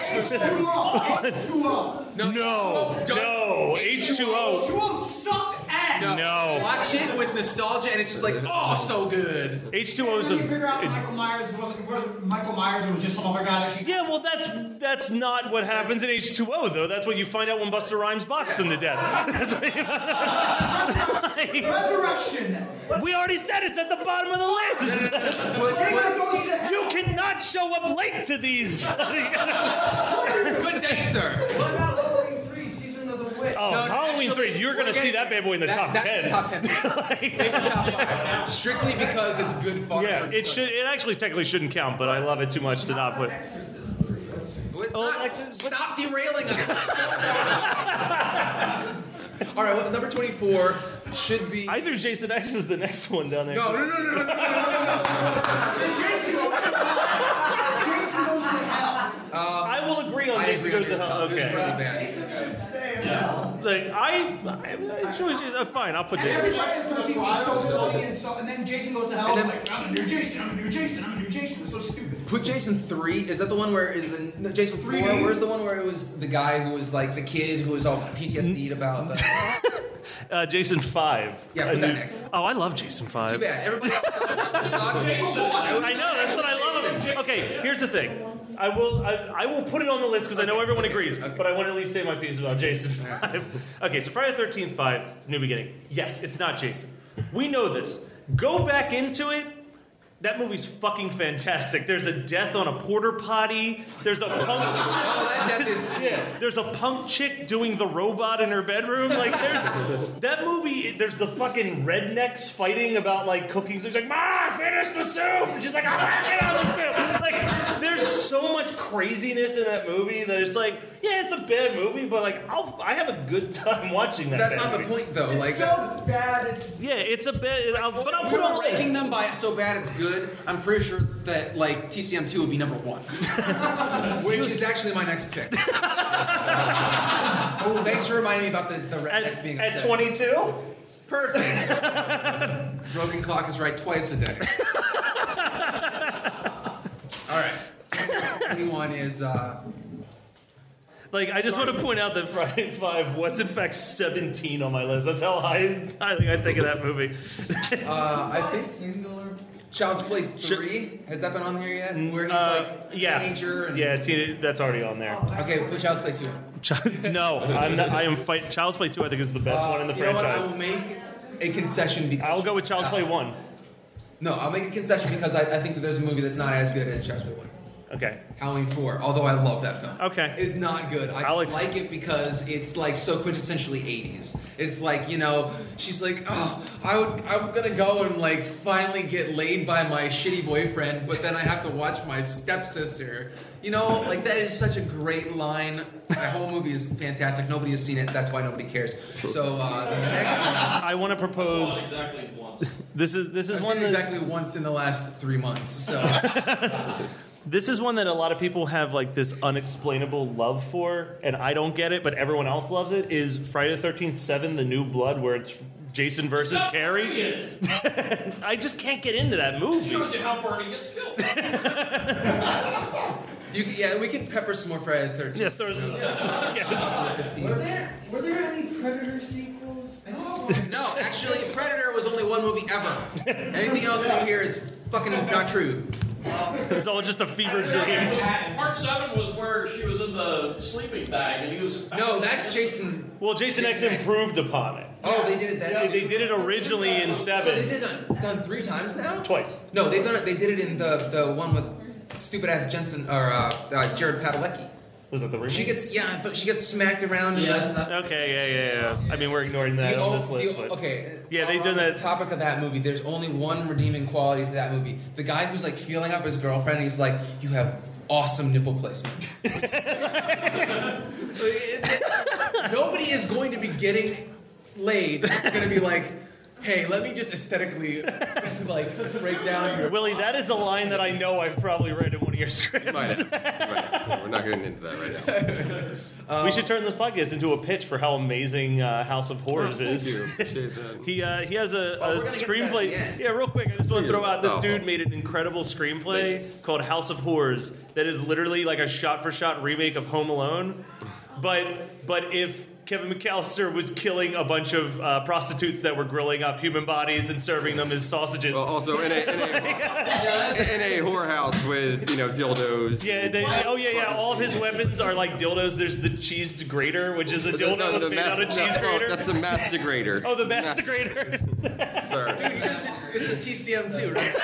Speaker 9: Too long. It's Too long.
Speaker 5: No,
Speaker 4: No,
Speaker 5: H2O does-
Speaker 4: no, H two O.
Speaker 9: Too long sucked ass.
Speaker 4: No,
Speaker 5: Watch it with nostalgia, and it's just like, oh, so good.
Speaker 4: H two O is
Speaker 9: When you figure out
Speaker 4: a.
Speaker 9: Michael Myers wasn't, wasn't Michael Myers, it was just some other guy that she.
Speaker 4: Yeah, well, that's that's not what happens in H two O though. That's what you find out when Buster Rhymes boxed him to death. That's what you-
Speaker 9: Resurrection.
Speaker 4: we already said it's at the bottom of the list.
Speaker 5: Put- put-
Speaker 4: You cannot show up late to these.
Speaker 5: good day, sir.
Speaker 9: What about Halloween three season of the witch?
Speaker 4: Oh,
Speaker 5: No,
Speaker 4: Halloween
Speaker 5: actually,
Speaker 4: 3, you're
Speaker 5: we're
Speaker 4: going to see
Speaker 5: getting-
Speaker 4: that bad boy in the top
Speaker 5: that's
Speaker 4: 10.
Speaker 5: the top ten. Maybe top five. Strictly because it's good fun.
Speaker 4: yeah, it should. It actually technically shouldn't count, but I love it too much to not put.
Speaker 5: Well, it's
Speaker 4: Oh,
Speaker 5: not-
Speaker 4: actually-
Speaker 5: stop derailing us. All right, well, number twenty-four should be.
Speaker 4: Either Jason X is the next one down there.
Speaker 5: no, no, no, no, no, no, no,
Speaker 9: Jason goes to hell. Jason goes to hell.
Speaker 4: I will agree on
Speaker 5: I
Speaker 4: Jason
Speaker 5: agree
Speaker 4: goes
Speaker 5: on
Speaker 4: to
Speaker 5: this.
Speaker 4: hell.
Speaker 5: It was really
Speaker 4: Okay,
Speaker 5: bad.
Speaker 4: like I, I, I chose Jason. uh, fine, I'll put Jason.
Speaker 9: Everybody in 13 was so funny and so, and then Jason goes to hell. And like, I'm a new Jason. I'm a new Jason. I'm a new Jason. It was so stupid.
Speaker 5: Put Jason three. Is that the one where is the no, Jason four?
Speaker 9: 3D?
Speaker 5: Where's the one where it was the guy who was like the kid who was all
Speaker 4: Mm.
Speaker 5: PTSD'd about the?
Speaker 4: Uh, Jason Five.
Speaker 5: Yeah,
Speaker 4: I
Speaker 5: put that
Speaker 4: do-
Speaker 5: next.
Speaker 4: Oh, I love Jason Five.
Speaker 5: Too bad. Everybody else doesn't like the song.
Speaker 4: I know that's what I love. Okay, here's the thing. I will I, I will put it on the list because I know everyone agrees,
Speaker 5: okay.
Speaker 4: but I want to at least say my piece about Jason Five. Okay, so Friday the Thirteenth Five, New Beginning. Yes, it's not Jason. We know this. Go back into it. That movie's fucking fantastic. There's a death on a porter potty. There's a punk.
Speaker 5: Oh, that death is
Speaker 4: Yeah, there's a punk chick doing the robot in her bedroom. Like, there's that movie. There's the fucking rednecks fighting about like cooking. She's like, "Ma, finish the soup." And she's like, "I'm working on the soup." Like, there's so much craziness in that movie that it's like, yeah, it's a bad movie, but like, I'll, I have a good time watching that.
Speaker 5: That's
Speaker 4: bad
Speaker 5: not the
Speaker 4: movie.
Speaker 5: point, though. It's Like, so bad. It's
Speaker 4: yeah, it's a bad. I'll, but I'll
Speaker 5: We're
Speaker 4: put on
Speaker 5: not ranking them by so bad it's good. I'm pretty sure that like TCM two would be number one, which is actually my next pick. oh, thanks for reminding me about the the rednecks being
Speaker 4: at
Speaker 5: upset.
Speaker 4: 22.
Speaker 5: Perfect. Broken clock is right twice a day. All right. Twenty-one is uh,
Speaker 4: Like, I just want to point out that Friday Five was in fact 17 on my list. That's how high I think I think of that movie.
Speaker 5: uh, I think Child's Play three has that been on here yet? Where he's
Speaker 4: Uh,
Speaker 5: like
Speaker 4: yeah,
Speaker 5: teenager and Oh,
Speaker 4: yeah, teen- that's already on there.
Speaker 5: okay, put Child's Play two.
Speaker 4: no, I'm not, I am fight. Child's Play Two, I think, is the best
Speaker 5: Uh,
Speaker 4: one in the
Speaker 5: you know what? I
Speaker 4: franchise.
Speaker 5: will make a concession because
Speaker 4: I'll go with Child's
Speaker 5: Uh,
Speaker 4: Play One.
Speaker 5: No, I'll make a concession because I, I think that there's a movie that's not as good as Child's Play One.
Speaker 4: Okay.
Speaker 5: Halloween Four, although I love that film.
Speaker 4: Okay.
Speaker 5: It's not good. I
Speaker 4: I'll
Speaker 5: just
Speaker 4: ex-
Speaker 5: like it because it's like so quintessentially 80s. It's like, you know, she's like, oh, I would, I'm gonna go and like finally get laid by my shitty boyfriend, but then I have to watch my stepsister. You know, like that is such a great line. That whole movie is fantastic. Nobody has seen it. That's why nobody cares. So uh, the next one,
Speaker 4: I want to propose.
Speaker 10: Exactly once.
Speaker 4: This is this is
Speaker 5: I've
Speaker 4: one
Speaker 5: seen
Speaker 4: that,
Speaker 5: it exactly once in the last three months. So.
Speaker 4: this is one that a lot of people have like this unexplainable love for, and I don't get it, but everyone else loves it. Is Friday the Thirteenth Seven: The New Blood, where it's Jason versus Carrie? I just can't get into that movie.
Speaker 10: Shows you how Bernie gets killed.
Speaker 5: You, c- yeah, we can pepper some more Friday the 13th.
Speaker 4: Yeah, throws- yeah.
Speaker 5: 15th.
Speaker 9: there, were there any Predator sequels?
Speaker 5: No, actually, Predator was only one movie ever. Anything else in here is fucking not true.
Speaker 4: It's all just a fever dream.
Speaker 10: Part seven was where she was in the sleeping bag and he was.
Speaker 5: No, that's Jason.
Speaker 4: Well, Jason X
Speaker 5: Jason X.
Speaker 4: improved upon it.
Speaker 5: Oh, they did it that
Speaker 4: They, they did it originally in
Speaker 5: So they
Speaker 4: Seven
Speaker 5: did it done three times now?
Speaker 4: twice.
Speaker 5: No, they've done it. They did it in the, the one with stupid ass Jensen or uh, uh, Jared Padalecki.
Speaker 4: Was that the remake?
Speaker 5: She gets yeah, I thought she gets smacked around.
Speaker 10: Yeah,
Speaker 5: and that's,
Speaker 4: Okay, yeah, yeah, yeah. I mean, we're ignoring that
Speaker 5: You
Speaker 4: on
Speaker 5: al-
Speaker 4: this list,
Speaker 5: you-
Speaker 4: but
Speaker 5: okay.
Speaker 4: Yeah, they done
Speaker 5: On the
Speaker 4: that-
Speaker 5: Topic of that movie. There's only one redeeming quality to that movie. The guy who's like feeling up his girlfriend. He's like, "You have awesome nipple placement." Nobody is going to be getting laid. It's going to be like, "Hey, let me just aesthetically like break down your."
Speaker 4: Willie, that is a line that I know I've probably read in one of your scripts.
Speaker 7: Might have. Might have. We're not getting into that right now.
Speaker 4: we
Speaker 7: Um,
Speaker 4: should turn this podcast into a pitch for how amazing uh, House of Horrors
Speaker 7: Oh, Thank
Speaker 4: is.
Speaker 7: you. Appreciate that.
Speaker 4: He uh, he has a,
Speaker 5: Oh,
Speaker 4: a
Speaker 5: we're gonna get to that
Speaker 4: screenplay.
Speaker 5: at the end.
Speaker 4: Yeah, real quick, I just want to throw out this
Speaker 7: Oh.
Speaker 4: dude made an incredible screenplay called House of Horrors that is literally like a shot-for-shot remake of Home Alone, but but if Kevin McAllister was killing a bunch of uh, prostitutes that were grilling up human bodies and serving them as sausages.
Speaker 7: Well, also in a in a, in a whorehouse with you know dildos.
Speaker 4: yeah, they, they- oh yeah, yeah. All of his weapons are like dildos. There's the cheese grater, which is a
Speaker 7: But the-
Speaker 4: dildo
Speaker 7: no,
Speaker 4: that's
Speaker 7: the
Speaker 4: made
Speaker 7: mas-
Speaker 4: out of
Speaker 7: no,
Speaker 4: cheese
Speaker 7: no,
Speaker 4: grater.
Speaker 7: That's the mastigrator.
Speaker 4: Oh, the mastigrator.
Speaker 7: Mas- sorry.
Speaker 5: You just- This is TCM too, right?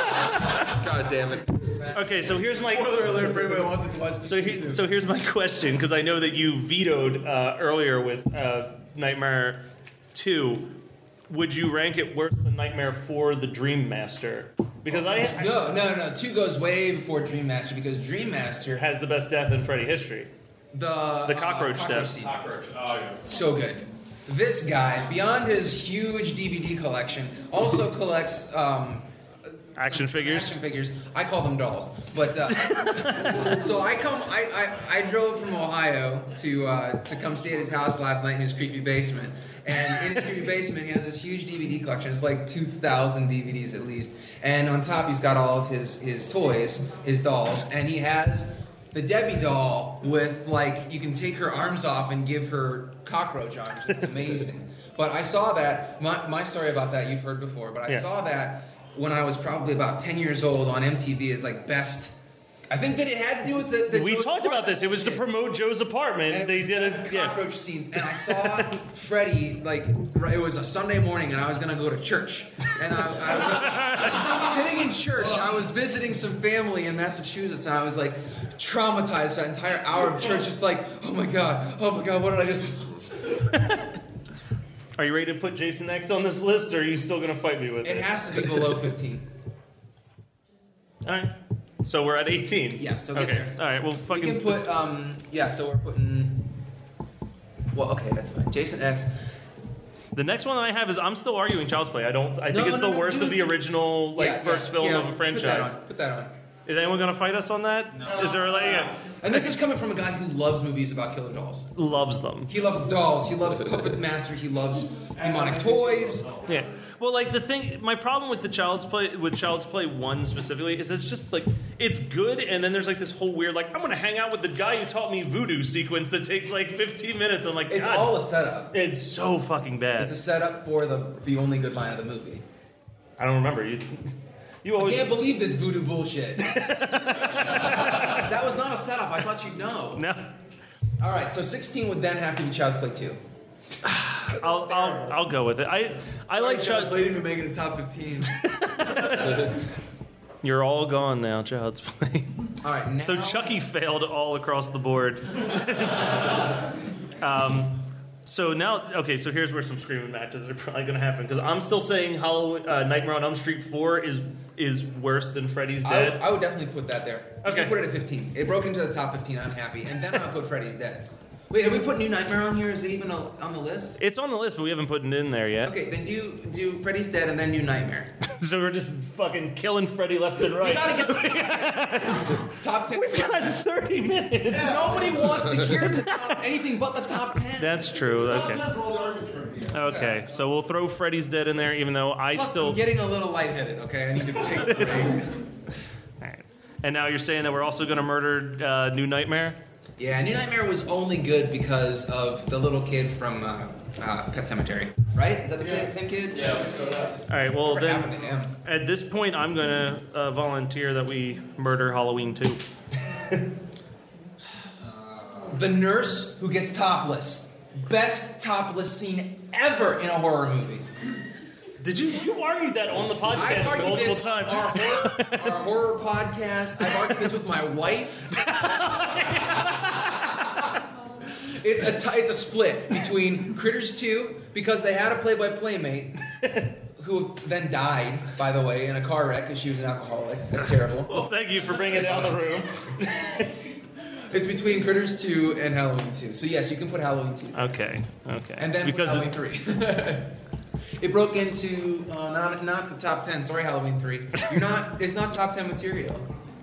Speaker 7: God damn it.
Speaker 4: okay, so here's my
Speaker 5: Spoiler alert for everyone who wants to watch this.
Speaker 4: So, he, so here's my question, because I know that you vetoed uh, earlier with uh, Nightmare 2. Would you rank it worse than Nightmare 4, The Dream Master? Because I, I-
Speaker 5: no, no, no. Two goes way before Dream Master because Dream Master
Speaker 4: has the best death in Freddy history.
Speaker 5: the uh,
Speaker 4: The cockroach death.
Speaker 5: scene.
Speaker 10: Cockroach. Oh, yeah.
Speaker 5: so good. This guy, beyond his huge DVD collection, also collects um,
Speaker 4: Action figures.
Speaker 5: action figures. I call them dolls, but uh, so I come. I, I, I drove from Ohio to uh, to come stay at his house last night in his creepy basement. And in his creepy basement, he has this huge DVD collection. It's like two thousand DVDs at least. And on top, he's got all of his his toys, his dolls, and he has the Debbie doll with like you can take her arms off and give her cockroach arms. It's amazing. But I saw that my, my story about that you've heard before, but I
Speaker 4: Yeah.
Speaker 5: saw that when I was probably about ten years old on MTV as like best. I think that it had to do with the. the
Speaker 4: We
Speaker 5: Joe's
Speaker 4: talked about this. It was to
Speaker 5: shit.
Speaker 4: promote Joe's apartment.
Speaker 5: And
Speaker 4: they
Speaker 5: it
Speaker 4: did
Speaker 5: was
Speaker 4: a yeah.
Speaker 5: cockroach scenes, and I saw Freddie like right- it was a Sunday morning, and I was gonna go to church, and I, I was sitting in church. I was visiting some family in Massachusetts, and I was like traumatized for that entire hour of church, just like oh my god, oh my god, what did I just? watch?
Speaker 4: Are you ready to put Jason X on this list, or are you still going to fight me with
Speaker 5: It
Speaker 4: it?
Speaker 5: has to be below fifteen.
Speaker 4: All right. So we're at 18.
Speaker 5: Yeah, so get
Speaker 4: okay.
Speaker 5: there.
Speaker 4: All right, well, fucking.
Speaker 5: We can put um yeah, so we're putting Well, okay, that's fine. Jason X.
Speaker 4: The next one I have is I'm still arguing Child's Play. I don't. I
Speaker 5: No,
Speaker 4: think it's
Speaker 5: no,
Speaker 4: the
Speaker 5: no,
Speaker 4: worst
Speaker 5: do
Speaker 4: of
Speaker 5: it.
Speaker 4: the original like
Speaker 5: Yeah,
Speaker 4: first
Speaker 5: yeah,
Speaker 4: film of
Speaker 5: yeah,
Speaker 4: a
Speaker 5: Put that
Speaker 4: franchise.
Speaker 5: on. Put that on.
Speaker 4: Is anyone going to fight us on that? No. Is there like a,
Speaker 5: And this is coming from a guy who loves movies about killer dolls.
Speaker 4: loves them?
Speaker 5: He loves dolls. He loves Puppet Master. He loves demonic toys.
Speaker 4: Yeah. Well, like the thing, my problem with the Child's Play, with Child's Play One specifically, is it's just like it's good, and then there's like this whole weird, like I'm gonna hang out with the guy who taught me voodoo sequence that takes like 15 minutes. I'm like,
Speaker 5: It's
Speaker 4: God,
Speaker 5: all a setup.
Speaker 4: it's so fucking bad.
Speaker 5: It's a setup for the the only good line of the movie.
Speaker 4: I don't remember you. You
Speaker 5: I
Speaker 4: always
Speaker 5: can't believe this voodoo bullshit. that was not a setup. I thought you'd know.
Speaker 4: no.
Speaker 5: All right, so 16 would then have to be Child's Play 2.
Speaker 4: I'll, I'll I'll go with it. I I like Child's.
Speaker 5: Play didn't even make it the top 15.
Speaker 4: You're all gone now, Child's Play.
Speaker 5: All right, now
Speaker 4: So Chucky failed all across the board. um, so now, okay, so here's where some screaming matches are probably going to happen because I'm still saying Halloween, uh, Nightmare on Elm Street Four is is worse than Freddy's
Speaker 5: I,
Speaker 4: Dead.
Speaker 5: I would definitely put that there. We
Speaker 4: Okay.
Speaker 5: can put it at 15. It broke into the top 15. I'm happy, and then I would put Freddy's Dead. Wait, did we put New Nightmare on here? Is it even a, on the list?
Speaker 4: it's on the list, but we haven't put it in there yet.
Speaker 5: Okay, then do do Freddy's Dead and then New Nightmare.
Speaker 4: so we're just fucking killing Freddy left and
Speaker 5: We
Speaker 4: right.
Speaker 5: gotta get the top 10.
Speaker 4: We've got 30 minutes.
Speaker 5: Nobody wants to hear the top, anything but the top 10.
Speaker 4: That's true. Okay. Okay. So we'll throw Freddy's Dead in there, even though I
Speaker 5: Plus,
Speaker 4: still.
Speaker 5: I'm getting a little lightheaded. Okay, I need to take a break.
Speaker 4: Alright. And now you're saying that we're also going to murder uh, New Nightmare?
Speaker 5: Yeah, New Nightmare was only good because of the little kid from uh, uh, Cut Cemetery, right? Is that the kid, same kid? Yeah.
Speaker 4: All right. Well,
Speaker 5: What
Speaker 4: then
Speaker 5: happened to him?
Speaker 4: at this point, I'm gonna uh, volunteer that we murder Halloween too.
Speaker 5: The nurse who gets topless. Best topless scene ever in a horror movie.
Speaker 4: Did you? You argued that on the
Speaker 5: I've
Speaker 4: podcast
Speaker 5: argued
Speaker 4: multiple
Speaker 5: this on our
Speaker 4: times.
Speaker 5: horror, our horror podcast. I've argued this with my wife. it's a t- it's a split between Critters Two because they had a play by playmate who then died, by the way, in a car wreck because she was an alcoholic. That's terrible.
Speaker 4: Well, thank you for bringing down the room.
Speaker 5: It's between Critters Two and Halloween Two. So yes, you can put Halloween Two.
Speaker 4: Okay. Okay.
Speaker 5: And then
Speaker 4: because
Speaker 5: Halloween
Speaker 4: it-
Speaker 5: three. it broke into uh, not not the top ten. Sorry, Halloween three. You're not. It's not top ten material.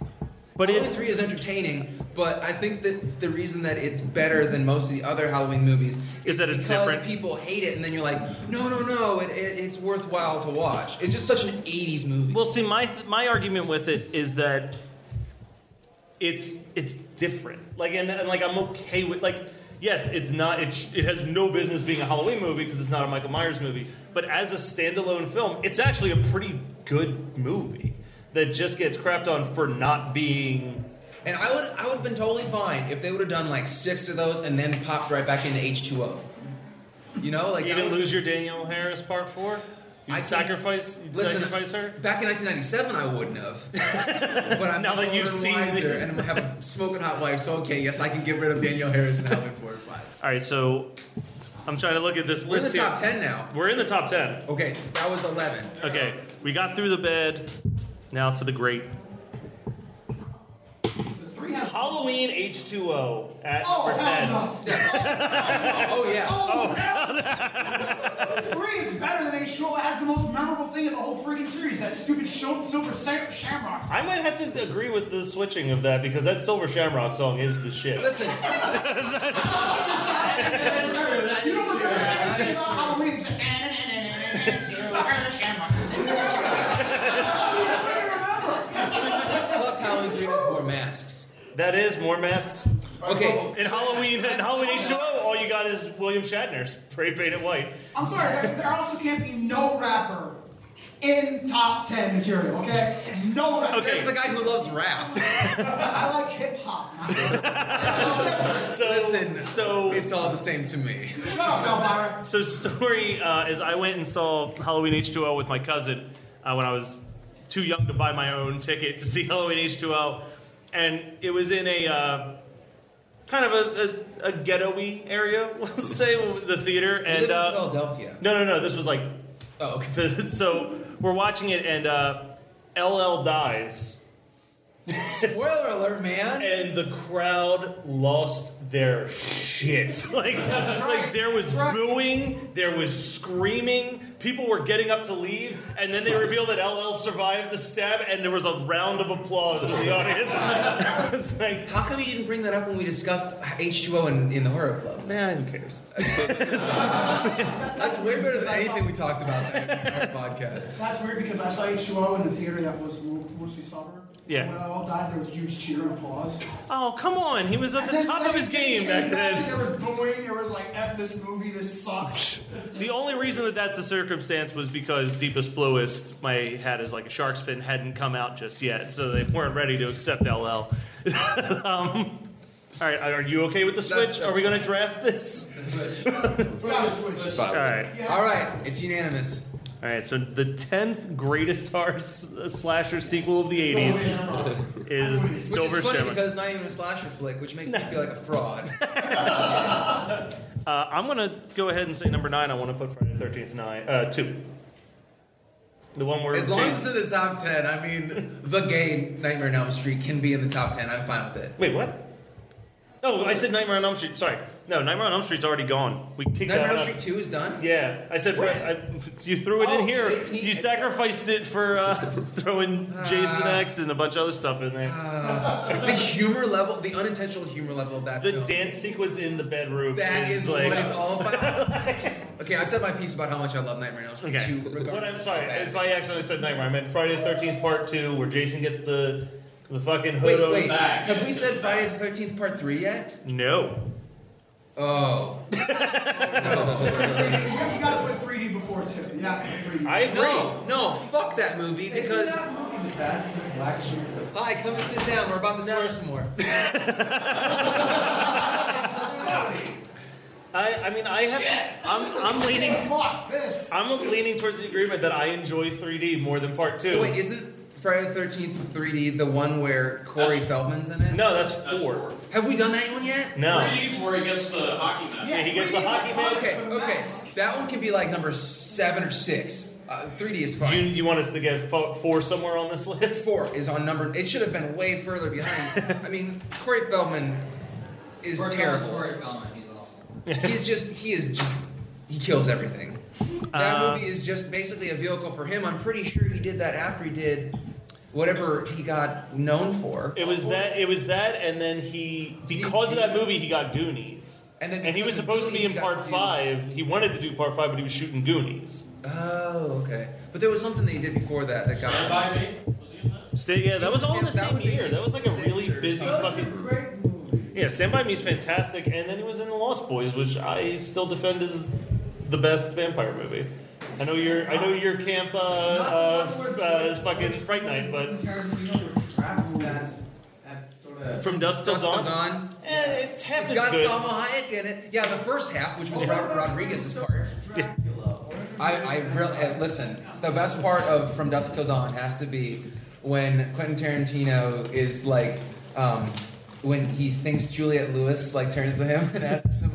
Speaker 4: but
Speaker 5: Halloween
Speaker 4: it.
Speaker 5: three is entertaining, but I think that the reason that it's better than most of the other Halloween movies
Speaker 4: Is that it's
Speaker 5: because
Speaker 4: different.
Speaker 5: People hate it, and then you're like, no, no, no, it, it, it's worthwhile to watch. It's just such an '80s movie.
Speaker 4: Well, see, my my argument with it is that it's it's different. Like, and, and like I'm okay with like. Yes, it's not. It, sh- it has no business being a Halloween movie because it's not a Michael Myers movie. But as a standalone film, it's actually a pretty good movie that just gets crapped on for not being.
Speaker 5: and I would I would have been totally fine if they would have done like six of those and then popped right back into H2O. You know, like
Speaker 4: you
Speaker 5: that
Speaker 4: didn't
Speaker 5: would've
Speaker 4: lose your Danielle Harris part four. You
Speaker 5: I think-
Speaker 4: sacrifice. You
Speaker 5: Listen,
Speaker 4: sacrifice her.
Speaker 5: Back in 1997, I wouldn't have. But I'm
Speaker 4: Now
Speaker 5: much
Speaker 4: that you've
Speaker 5: older and
Speaker 4: seen
Speaker 5: wiser,
Speaker 4: the-
Speaker 5: and I have a smoking hot wife, so okay, yes, I can get rid of Danielle Harris and Halloween 4 and 5.
Speaker 4: All right, so I'm trying to look at this
Speaker 5: We're in the
Speaker 4: list
Speaker 5: top
Speaker 4: here.
Speaker 5: 10 now.
Speaker 4: We're in the top ten.
Speaker 5: Okay, that was 11.
Speaker 4: Okay, we got through the bed. Now to the great. Halloween H2O at number 10.
Speaker 5: Oh, yeah.
Speaker 9: Oh,
Speaker 4: Oh.
Speaker 9: hell. Three is better than H2O. It has the most memorable thing in the whole freaking series. That stupid sh- silver sa- shamrock.
Speaker 4: I might have to agree with the switching of that because that Silver Shamrock song is the shit.
Speaker 5: Listen,
Speaker 9: You don't remember anything about Halloween except silver shamrock.
Speaker 5: plus Halloween 3 has more masks.
Speaker 4: That is more masks.
Speaker 5: Okay,
Speaker 4: In Halloween, in Halloween H2O, all you got is William Shatner spray painted white.
Speaker 9: I'm sorry, there, there also can't be no rapper in top 10 material, okay? No rapper.
Speaker 5: okay. the guy who loves rap.
Speaker 9: I like hip hop. not-
Speaker 4: So,
Speaker 5: Listen,
Speaker 4: so
Speaker 5: it's all the same to me.
Speaker 9: Shut up, Elvira.
Speaker 4: So story uh, is I went and saw Halloween H2O with my cousin uh, when I was too young to buy my own ticket to see Halloween H2O, and it was in a uh, kind of a, a, a ghetto-y area, we'll say, the theater.
Speaker 5: We live
Speaker 4: And
Speaker 5: in
Speaker 4: uh,
Speaker 5: Philadelphia.
Speaker 4: no, no, no, this was like
Speaker 5: Oh, okay.
Speaker 4: so we're watching it, and uh, LL dies,
Speaker 5: Spoiler alert, man.
Speaker 4: And the crowd lost their shit. Like, like there was booing, there was screaming. People were getting up to leave, and then they revealed that LL survived the stab, and there was a round of applause in the audience. It's like,
Speaker 5: How come you didn't bring that up when we discussed H2O in, in the horror club?
Speaker 4: man, who cares?
Speaker 5: That's way better than anything we talked about in the entire podcast.
Speaker 9: That's weird because I saw H2O in the theater that was mo- mostly summer.
Speaker 4: Yeah.
Speaker 9: And When I all died, there was huge cheer and applause.
Speaker 4: Oh, come on. He was at the
Speaker 9: And
Speaker 4: top of his
Speaker 9: everything
Speaker 4: game back
Speaker 9: came
Speaker 4: then.
Speaker 9: There was booing. There was like, "F this movie. This sucks."
Speaker 4: The only reason that that's the circumstance was because Deepest Bluest, my hat is like a shark's fin, hadn't come out just yet, so they weren't ready to accept LL. um, all right, are you okay with the switch?
Speaker 5: That's-
Speaker 4: are we going to draft this? All right,
Speaker 5: All right, it's unanimous.
Speaker 4: all right. So the tenth greatest horror s- uh, slasher sequel of the '80s is
Speaker 5: Which
Speaker 4: Silver
Speaker 5: is funny
Speaker 4: Shimmer.
Speaker 5: because it's not even a slasher flick, which makes me feel like a fraud.
Speaker 4: Uh, I'm going to go ahead and say number nine. I want to put Friday the Thirteenth nine uh, two. The one where
Speaker 5: As long
Speaker 4: Jason-
Speaker 5: as it's in the top ten, I mean, the gay Nightmare on Elm Street can be in the top ten. I'm fine with it.
Speaker 4: Wait, what? No, I said Nightmare on Elm Street. Sorry, no, Nightmare on Elm Street's already gone. We kicked
Speaker 5: Nightmare
Speaker 4: that
Speaker 5: on
Speaker 4: out.
Speaker 5: Elm Street Two is done.
Speaker 4: Yeah, I said
Speaker 5: What?
Speaker 4: I, you threw it
Speaker 5: Oh,
Speaker 4: in here.
Speaker 5: 18.
Speaker 4: you sacrificed it for uh, throwing Jason
Speaker 5: Ah.
Speaker 4: X and a bunch of other stuff in there.
Speaker 5: The humor level, the unintentional humor level of that
Speaker 4: the
Speaker 5: film.
Speaker 4: dance sequence in the bedroom.
Speaker 5: that is
Speaker 4: like.
Speaker 5: what it's all about. okay, I've said my piece about how much I love Nightmare on Elm Street
Speaker 4: Okay.
Speaker 5: Two.
Speaker 4: But I'm
Speaker 5: regardless
Speaker 4: sorry,
Speaker 5: of how bad
Speaker 4: if
Speaker 5: it
Speaker 4: I accidentally said Nightmare, I meant Friday the Thirteenth Part Two, where Jason gets the the fucking
Speaker 5: is.
Speaker 4: hood
Speaker 5: Wait,
Speaker 4: over
Speaker 5: wait.
Speaker 4: his back.
Speaker 5: Have we said Friday the Thirteenth Part Three yet?
Speaker 4: No.
Speaker 5: Oh.
Speaker 9: you gotta put 3D before too. Yeah, 3D.
Speaker 4: I agree.
Speaker 5: No, no, fuck that movie because. Hi, come and sit down. We're about to swear some more.
Speaker 4: I, I mean I have I'm I'm leaning
Speaker 9: Fuck this.
Speaker 4: I'm leaning towards the agreement that I enjoy 3D more than Part Two.
Speaker 5: Wait, isn't Friday the Thirteenth 3D the one where Corey Feldman's in it?
Speaker 4: no, that's four.
Speaker 5: Have we done that one yet?
Speaker 4: No.
Speaker 11: where he gets the hockey mask.
Speaker 4: Yeah, he gets the hockey mask.
Speaker 5: Okay, okay. That one can be like number seven or six. Uh, 3D is fine.
Speaker 4: You, you want us to get fo- four somewhere on this list?
Speaker 5: Four is on number. It should have been way further behind. I mean, Corey Feldman is terrible. He's just. He is just. He kills everything. That
Speaker 4: Uh,
Speaker 5: movie is just basically a vehicle for him. I'm pretty sure he did that after he did whatever he got known for.
Speaker 4: It was that. It was that, and then he because of that movie, he got Goonies.
Speaker 5: And then
Speaker 4: he was
Speaker 5: because of
Speaker 4: supposed to
Speaker 5: Goonies,
Speaker 4: be in
Speaker 5: he got
Speaker 4: part
Speaker 5: to do-
Speaker 4: five. He wanted to do part five, but he was shooting Goonies.
Speaker 5: Oh, okay. But there was something that he did before that that got.
Speaker 11: Stand by me. Was he in that?
Speaker 4: Stay, yeah, that was all in the
Speaker 5: That
Speaker 4: same
Speaker 5: was in
Speaker 4: year.
Speaker 5: the
Speaker 4: That was like a really
Speaker 5: six or
Speaker 4: busy
Speaker 5: something.
Speaker 4: fucking. Yeah, Stand by Me is fantastic, and then he was in The Lost Boys, which I still defend as the best vampire movie. I know your I know your camp uh, uh, f- uh, is fucking Fright Night, but
Speaker 10: That's, that's sort of.
Speaker 4: From Dusk Till
Speaker 5: Dusk
Speaker 4: Dawn,
Speaker 5: Till Dawn.
Speaker 4: eh, it's half
Speaker 5: It's
Speaker 4: as
Speaker 5: got
Speaker 4: good.
Speaker 5: Salma Hayek in it. Yeah, the first half, which was Robert Rodriguez's part. I, I really uh, listen. The best part of From Dusk Till Dawn has to be when Quentin Tarantino is like, um, when he thinks Juliet Lewis like turns to him and asks him.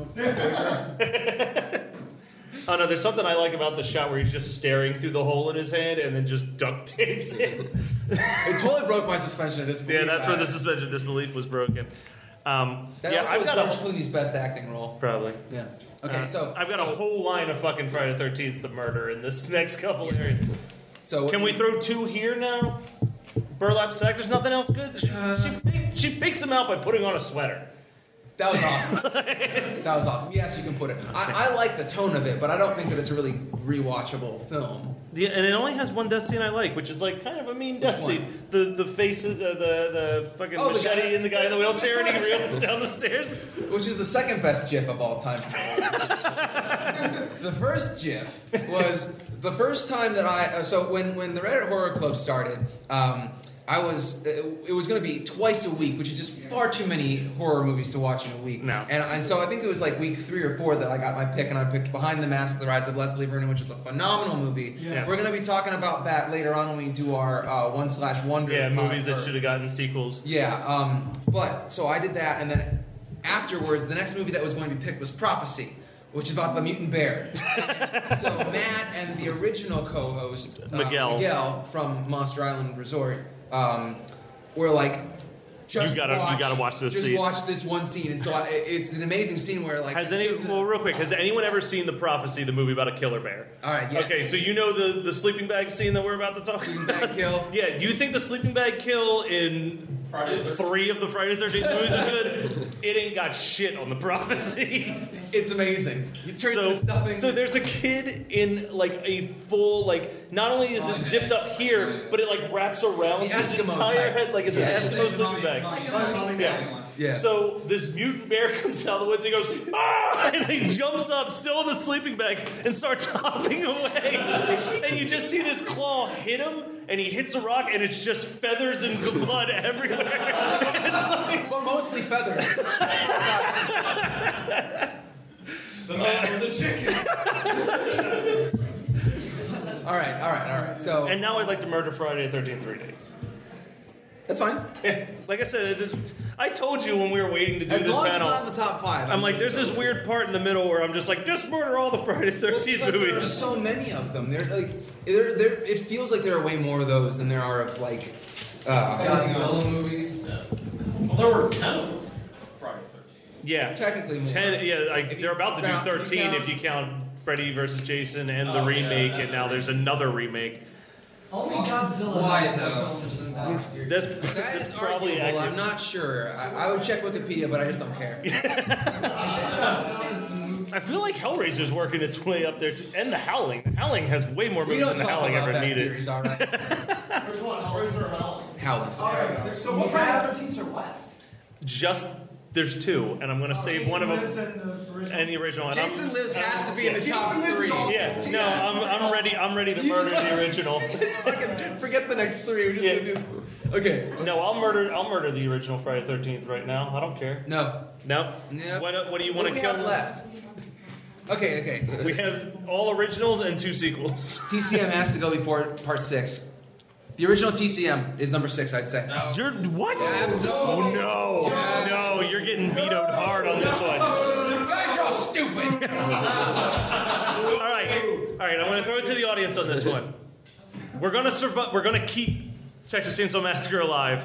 Speaker 4: Oh no, there's something I like about the shot where he's just staring through the hole in his head and then just duct tapes it.
Speaker 5: It totally broke my suspension of disbelief.
Speaker 4: yeah, that's where the
Speaker 5: is.
Speaker 4: suspension of disbelief was broken. Um,
Speaker 5: That
Speaker 4: yeah,
Speaker 5: also
Speaker 4: I've
Speaker 5: was
Speaker 4: got
Speaker 5: George
Speaker 4: a
Speaker 5: Clooney's best acting role.
Speaker 4: probably.
Speaker 5: Yeah. Okay,
Speaker 4: Uh,
Speaker 5: so
Speaker 4: I've got a whole line of fucking Friday the Thirteenth the murder in this next couple areas.
Speaker 5: so
Speaker 4: Can we throw two here now? Burlap sack. There's nothing else good. She, she, fake- she fakes him out by putting on a sweater.
Speaker 5: That was awesome. that was awesome. Yes, you can put it. I, I like the tone of it, but I don't think that it's a really rewatchable film.
Speaker 4: Yeah, and it only has one death scene I like, which is like kind of a mean death
Speaker 5: one?
Speaker 4: scene. The the face, of the the, the fucking
Speaker 5: Oh, the
Speaker 4: machete,
Speaker 5: guy-
Speaker 4: and the guy in the wheelchair, and he reels down the stairs.
Speaker 5: Which is the second best GIF of all time. the first GIF was the first time that I. uh, So when when the Reddit Horror Club started, um, I was it, it was going to be twice a week, which is just far too many horror movies to watch in a week.
Speaker 4: No.
Speaker 5: And, and so I think it was like week three or four that I got my pick, and I picked Behind the Mask: The Rise of Leslie Vernon, which is a phenomenal movie.
Speaker 4: Yes.
Speaker 5: We're going to be talking about that later on when we do our uh, one slash wonder.
Speaker 4: Yeah,
Speaker 5: pod-
Speaker 4: movies that
Speaker 5: or-
Speaker 4: should have gotten sequels.
Speaker 5: yeah, um, but so I did that, and then afterwards, the next movie that was going to be picked was Prophecy, which is about the mutant bear. so Matt and the original co-host uh,
Speaker 4: Miguel.
Speaker 5: from Monster Island Resort um, where like just
Speaker 4: You gotta- you
Speaker 5: watch,
Speaker 4: gotta watch this
Speaker 5: just
Speaker 4: scene.
Speaker 5: watch this one scene, and so I, it's an amazing scene where like
Speaker 4: Has
Speaker 5: this
Speaker 4: any
Speaker 5: kid's in a-
Speaker 4: well, real quick? Has anyone ever seen the prophecy, the movie about a killer bear?
Speaker 5: All right, yes.
Speaker 4: Okay, so you know the the sleeping bag scene that we're about to talk sleeping about.
Speaker 5: bag kill.
Speaker 4: yeah, you think the sleeping bag kill in three of the Friday the Thirteenth movies is good? It ain't got shit on the prophecy.
Speaker 5: It's amazing. You turn
Speaker 4: so,
Speaker 5: into stuffing.
Speaker 4: So there's a kid in like a full like. Not only is it zipped up here, but it like wraps around his
Speaker 5: Eskimo
Speaker 4: entire
Speaker 5: type.
Speaker 4: head like it's
Speaker 5: Yeah.
Speaker 4: an Eskimo sleeping bag. Yeah.
Speaker 5: Yeah.
Speaker 4: So this mutant bear comes out of the woods and he goes, ah! and he jumps up, still in the sleeping bag, and starts hopping away. And you just see this claw hit him, and he hits a rock, and it's just feathers and blood everywhere. It's like-
Speaker 5: but mostly feathers.
Speaker 11: The man was a chicken.
Speaker 5: all right, all right, all right. So
Speaker 4: and now I'd like to murder Friday the 13th three days.
Speaker 5: that's fine.
Speaker 4: Yeah, like I said, this, I told you when we were waiting to do
Speaker 5: As
Speaker 4: this
Speaker 5: long as it's
Speaker 4: panel.
Speaker 5: not in the top five,
Speaker 4: I'm like, there's this weird part in the middle where I'm just like, just murder all the Friday the
Speaker 5: Well,
Speaker 4: 13th
Speaker 5: because There are
Speaker 4: movies.
Speaker 5: so many of them. There, like, there, there. It feels like there are way more of those than there are of like. Uh,
Speaker 10: Godzilla movies.
Speaker 11: Well, there were 10 of them. Friday
Speaker 4: Yeah,
Speaker 5: technically more.
Speaker 4: ten. Yeah, like they're about to do
Speaker 5: count- you
Speaker 4: 13
Speaker 5: count-
Speaker 4: if you count Freddy versus Jason and the
Speaker 11: Oh, yeah,
Speaker 4: remake,
Speaker 11: and
Speaker 4: and now there's another remake.
Speaker 10: Only Godzilla.
Speaker 5: Why,
Speaker 10: has
Speaker 5: though?
Speaker 10: Michael Anderson dollars.
Speaker 4: That's,
Speaker 5: that is
Speaker 4: that's probably
Speaker 5: arguable. I'm
Speaker 4: accurate.
Speaker 5: not sure. I, I would check Wikipedia, but I just don't care.
Speaker 4: I feel like Hellraiser's working its way up there, too. and The Howling. The Howling has way more
Speaker 5: we
Speaker 4: movies
Speaker 5: don't
Speaker 4: than The
Speaker 5: talk
Speaker 4: Howling
Speaker 5: about
Speaker 4: ever
Speaker 5: that
Speaker 4: needed.
Speaker 5: series, all right?
Speaker 10: Which one? Hellraiser or Howling?
Speaker 5: Howling.
Speaker 10: All right.
Speaker 9: So what Friday the 13th are left?
Speaker 4: Just there's two, and I'm
Speaker 5: Oh,
Speaker 4: gonna save
Speaker 9: Jason
Speaker 4: one of
Speaker 9: Lives
Speaker 4: them.
Speaker 9: and the original.
Speaker 4: And the original. And I'm- uh,
Speaker 5: Jason Lives has to be in the
Speaker 9: Jason
Speaker 5: top
Speaker 9: Lives is
Speaker 5: three.
Speaker 9: awesome.
Speaker 4: Yeah, no, I'm, I'm ready. I'm ready to murder the original.
Speaker 5: Fucking Forget the next three. We're just
Speaker 4: Yeah.
Speaker 5: gonna do. Okay.
Speaker 4: No, I'll murder. I'll murder the original Friday Thirteenth right now. I don't care.
Speaker 5: No.
Speaker 4: No.
Speaker 5: No.
Speaker 4: What, what do you
Speaker 5: What
Speaker 4: want
Speaker 5: do
Speaker 4: to
Speaker 5: we
Speaker 4: kill?
Speaker 5: have left? Okay. Okay.
Speaker 4: We have all originals and two sequels.
Speaker 5: TCM has to go before part six. The original TCM is number six, I'd say.
Speaker 4: You're what?
Speaker 5: Oh. Absolutely.
Speaker 4: Oh no! No, you're getting vetoed hard on this one. All
Speaker 5: You guys are all stupid.
Speaker 4: right, all right. I'm gonna throw it to the audience on this one. We're gonna survive. We're gonna keep Texas Chainsaw Massacre alive.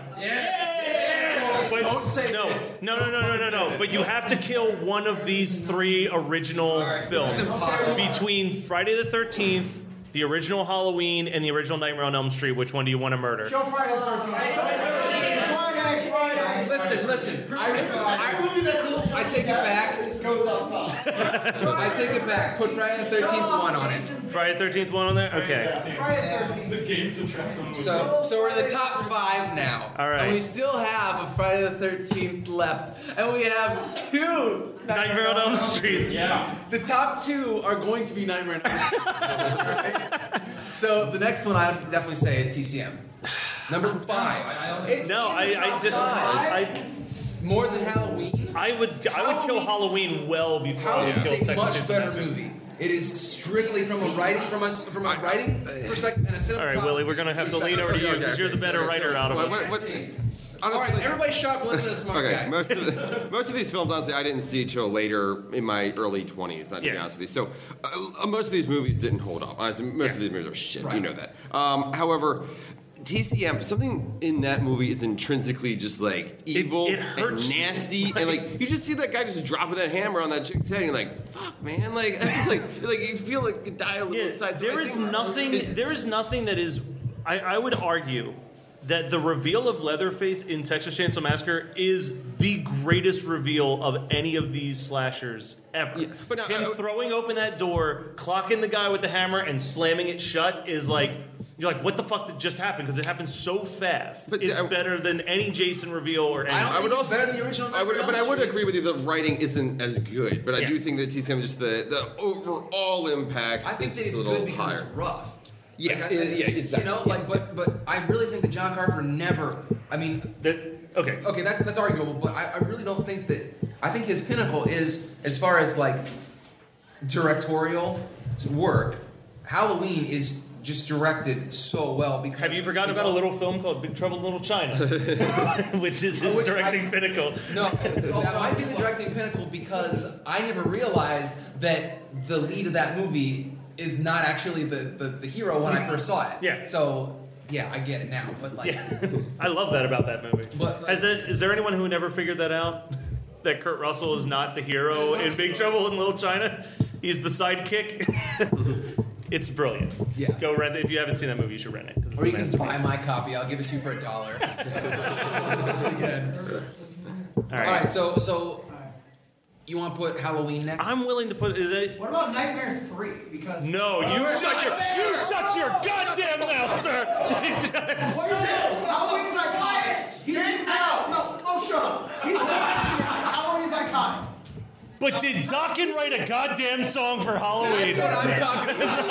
Speaker 4: But
Speaker 5: Don't say
Speaker 4: no,
Speaker 5: this.
Speaker 4: no, no, no, no, no, no. But you have to kill one of these three original films.
Speaker 5: This is impossible.
Speaker 4: Between Friday the Thirteenth, the original Halloween, and the original Nightmare on Elm Street, which one do you want to murder?
Speaker 9: Kill Friday the 13th. Friday, Friday.
Speaker 5: Listen, listen.
Speaker 9: I
Speaker 5: I,
Speaker 9: will do that cool
Speaker 5: I take it back.
Speaker 9: It goes up top.
Speaker 5: I, I take it back. Put Friday the 13th one on it.
Speaker 4: Friday the Thirteenth one on there. Okay.
Speaker 9: Friday
Speaker 11: The games of Transformers.
Speaker 5: So, so we're in the top five now.
Speaker 4: All right.
Speaker 5: And we still have a Friday the 13th left. And we have two.
Speaker 4: Nightmare on Elm Street.
Speaker 11: yeah.
Speaker 5: The top two are going to be Nightmare on Elm Street. Alright? So the next one I have to definitely say is TCM. Number five. It's
Speaker 4: No,
Speaker 5: in the
Speaker 4: I, I
Speaker 5: top
Speaker 4: just
Speaker 5: five.
Speaker 4: I,
Speaker 5: More than Halloween.
Speaker 4: I would I would kill Halloween well before I
Speaker 5: Halloween
Speaker 4: would kill
Speaker 5: is a
Speaker 4: Texas
Speaker 5: much
Speaker 4: Chainsaw
Speaker 5: better
Speaker 4: Massacre.
Speaker 5: movie. It is strictly from a writing from us from a writing perspective and a cinematography.
Speaker 4: All right, Willie, we're gonna have to lean over to you because you're the better writer out of
Speaker 7: What,
Speaker 4: us.
Speaker 7: what, what,
Speaker 5: All right,
Speaker 7: honestly,
Speaker 5: everybody, shut up. and Listen to the smart
Speaker 7: okay,
Speaker 5: guy.
Speaker 7: most of the, most of these films, honestly, I didn't see till later in my early twenties. To be
Speaker 4: Yeah.
Speaker 7: honest with you, so uh, uh, most of these movies didn't hold up. Honestly, most of these movies are shit. You
Speaker 5: Right.
Speaker 7: know that. Um, however. TCM, something in that movie is intrinsically just like evil
Speaker 4: it hurts
Speaker 7: and
Speaker 4: you.
Speaker 7: nasty, and like you just see that guy just dropping that hammer on that chick's head, and you're like, "Fuck, man!" Like, it's just like, like you feel like you die a little
Speaker 4: Yeah,
Speaker 7: inside. So
Speaker 4: there
Speaker 7: I
Speaker 4: is
Speaker 7: think-
Speaker 4: nothing. There is nothing that is. I, I would argue that the reveal of Leatherface in Texas Chainsaw Massacre is the greatest reveal of any of these slashers ever.
Speaker 7: Yeah, but no,
Speaker 4: Him
Speaker 7: I- I-
Speaker 4: throwing open that door, clocking the guy with the hammer, and slamming it shut is like. You're like, what the fuck did just happen? Because it happened so fast.
Speaker 7: But
Speaker 4: it's
Speaker 7: I-
Speaker 4: better than any Jason reveal or any.
Speaker 5: I don't
Speaker 7: I would
Speaker 5: think it's
Speaker 7: also
Speaker 5: better than the original.
Speaker 7: I would,
Speaker 5: Nightmare on
Speaker 7: but I
Speaker 5: Elm
Speaker 7: would
Speaker 5: Street.
Speaker 7: agree with you. The writing isn't as good, but I
Speaker 4: Yeah.
Speaker 7: do think that TCM just the the overall impact
Speaker 5: I think
Speaker 7: is
Speaker 5: that
Speaker 7: just
Speaker 5: it's
Speaker 7: a
Speaker 5: good
Speaker 7: little
Speaker 5: because
Speaker 7: higher.
Speaker 5: it's rough.
Speaker 7: Yeah,
Speaker 5: Like, I-
Speaker 7: yeah, yeah, exactly.
Speaker 5: You know, like, but but I really think that John Carpenter never. I mean,
Speaker 4: That, okay.
Speaker 5: okay, that's that's arguable, but I, I really don't think that. I think his pinnacle is as far as like directorial work. Halloween is just directed so well because
Speaker 4: Have you forgotten
Speaker 5: it's
Speaker 4: about a
Speaker 5: all-
Speaker 4: little film called Big Trouble in Little China, which is his
Speaker 5: Which I-
Speaker 4: directing pinnacle?
Speaker 5: No, that might be the directing pinnacle because I never realized that the lead of that movie is not actually the, the, the hero when I first saw it.
Speaker 4: Yeah.
Speaker 5: So yeah, I get it now. But like,
Speaker 4: I love that about that movie.
Speaker 5: But, like-
Speaker 4: Has it, is there anyone who never figured that out? That Kurt Russell is not the hero in Big Trouble in Little China? He's the sidekick? it's brilliant.
Speaker 5: Yeah.
Speaker 4: Go rent it. If you haven't seen that movie, you should rent it. 'cause it's
Speaker 5: or
Speaker 4: a
Speaker 5: you can
Speaker 4: masterpiece.
Speaker 5: buy my copy. I'll give it to you for a dollar. Once again.
Speaker 4: All
Speaker 5: All
Speaker 4: right.
Speaker 5: right. So so you want to put Halloween next?
Speaker 4: I'm willing to put. Is it?
Speaker 9: What about Nightmare Three? Because
Speaker 5: Oh,
Speaker 4: No, you shut your you shut your goddamn mouth, sir.
Speaker 9: What is it? Halloween's iconic. He's no, no, oh shut up. He's not. Halloween's iconic.
Speaker 4: but did Dokken write a goddamn song for Halloween?
Speaker 9: Did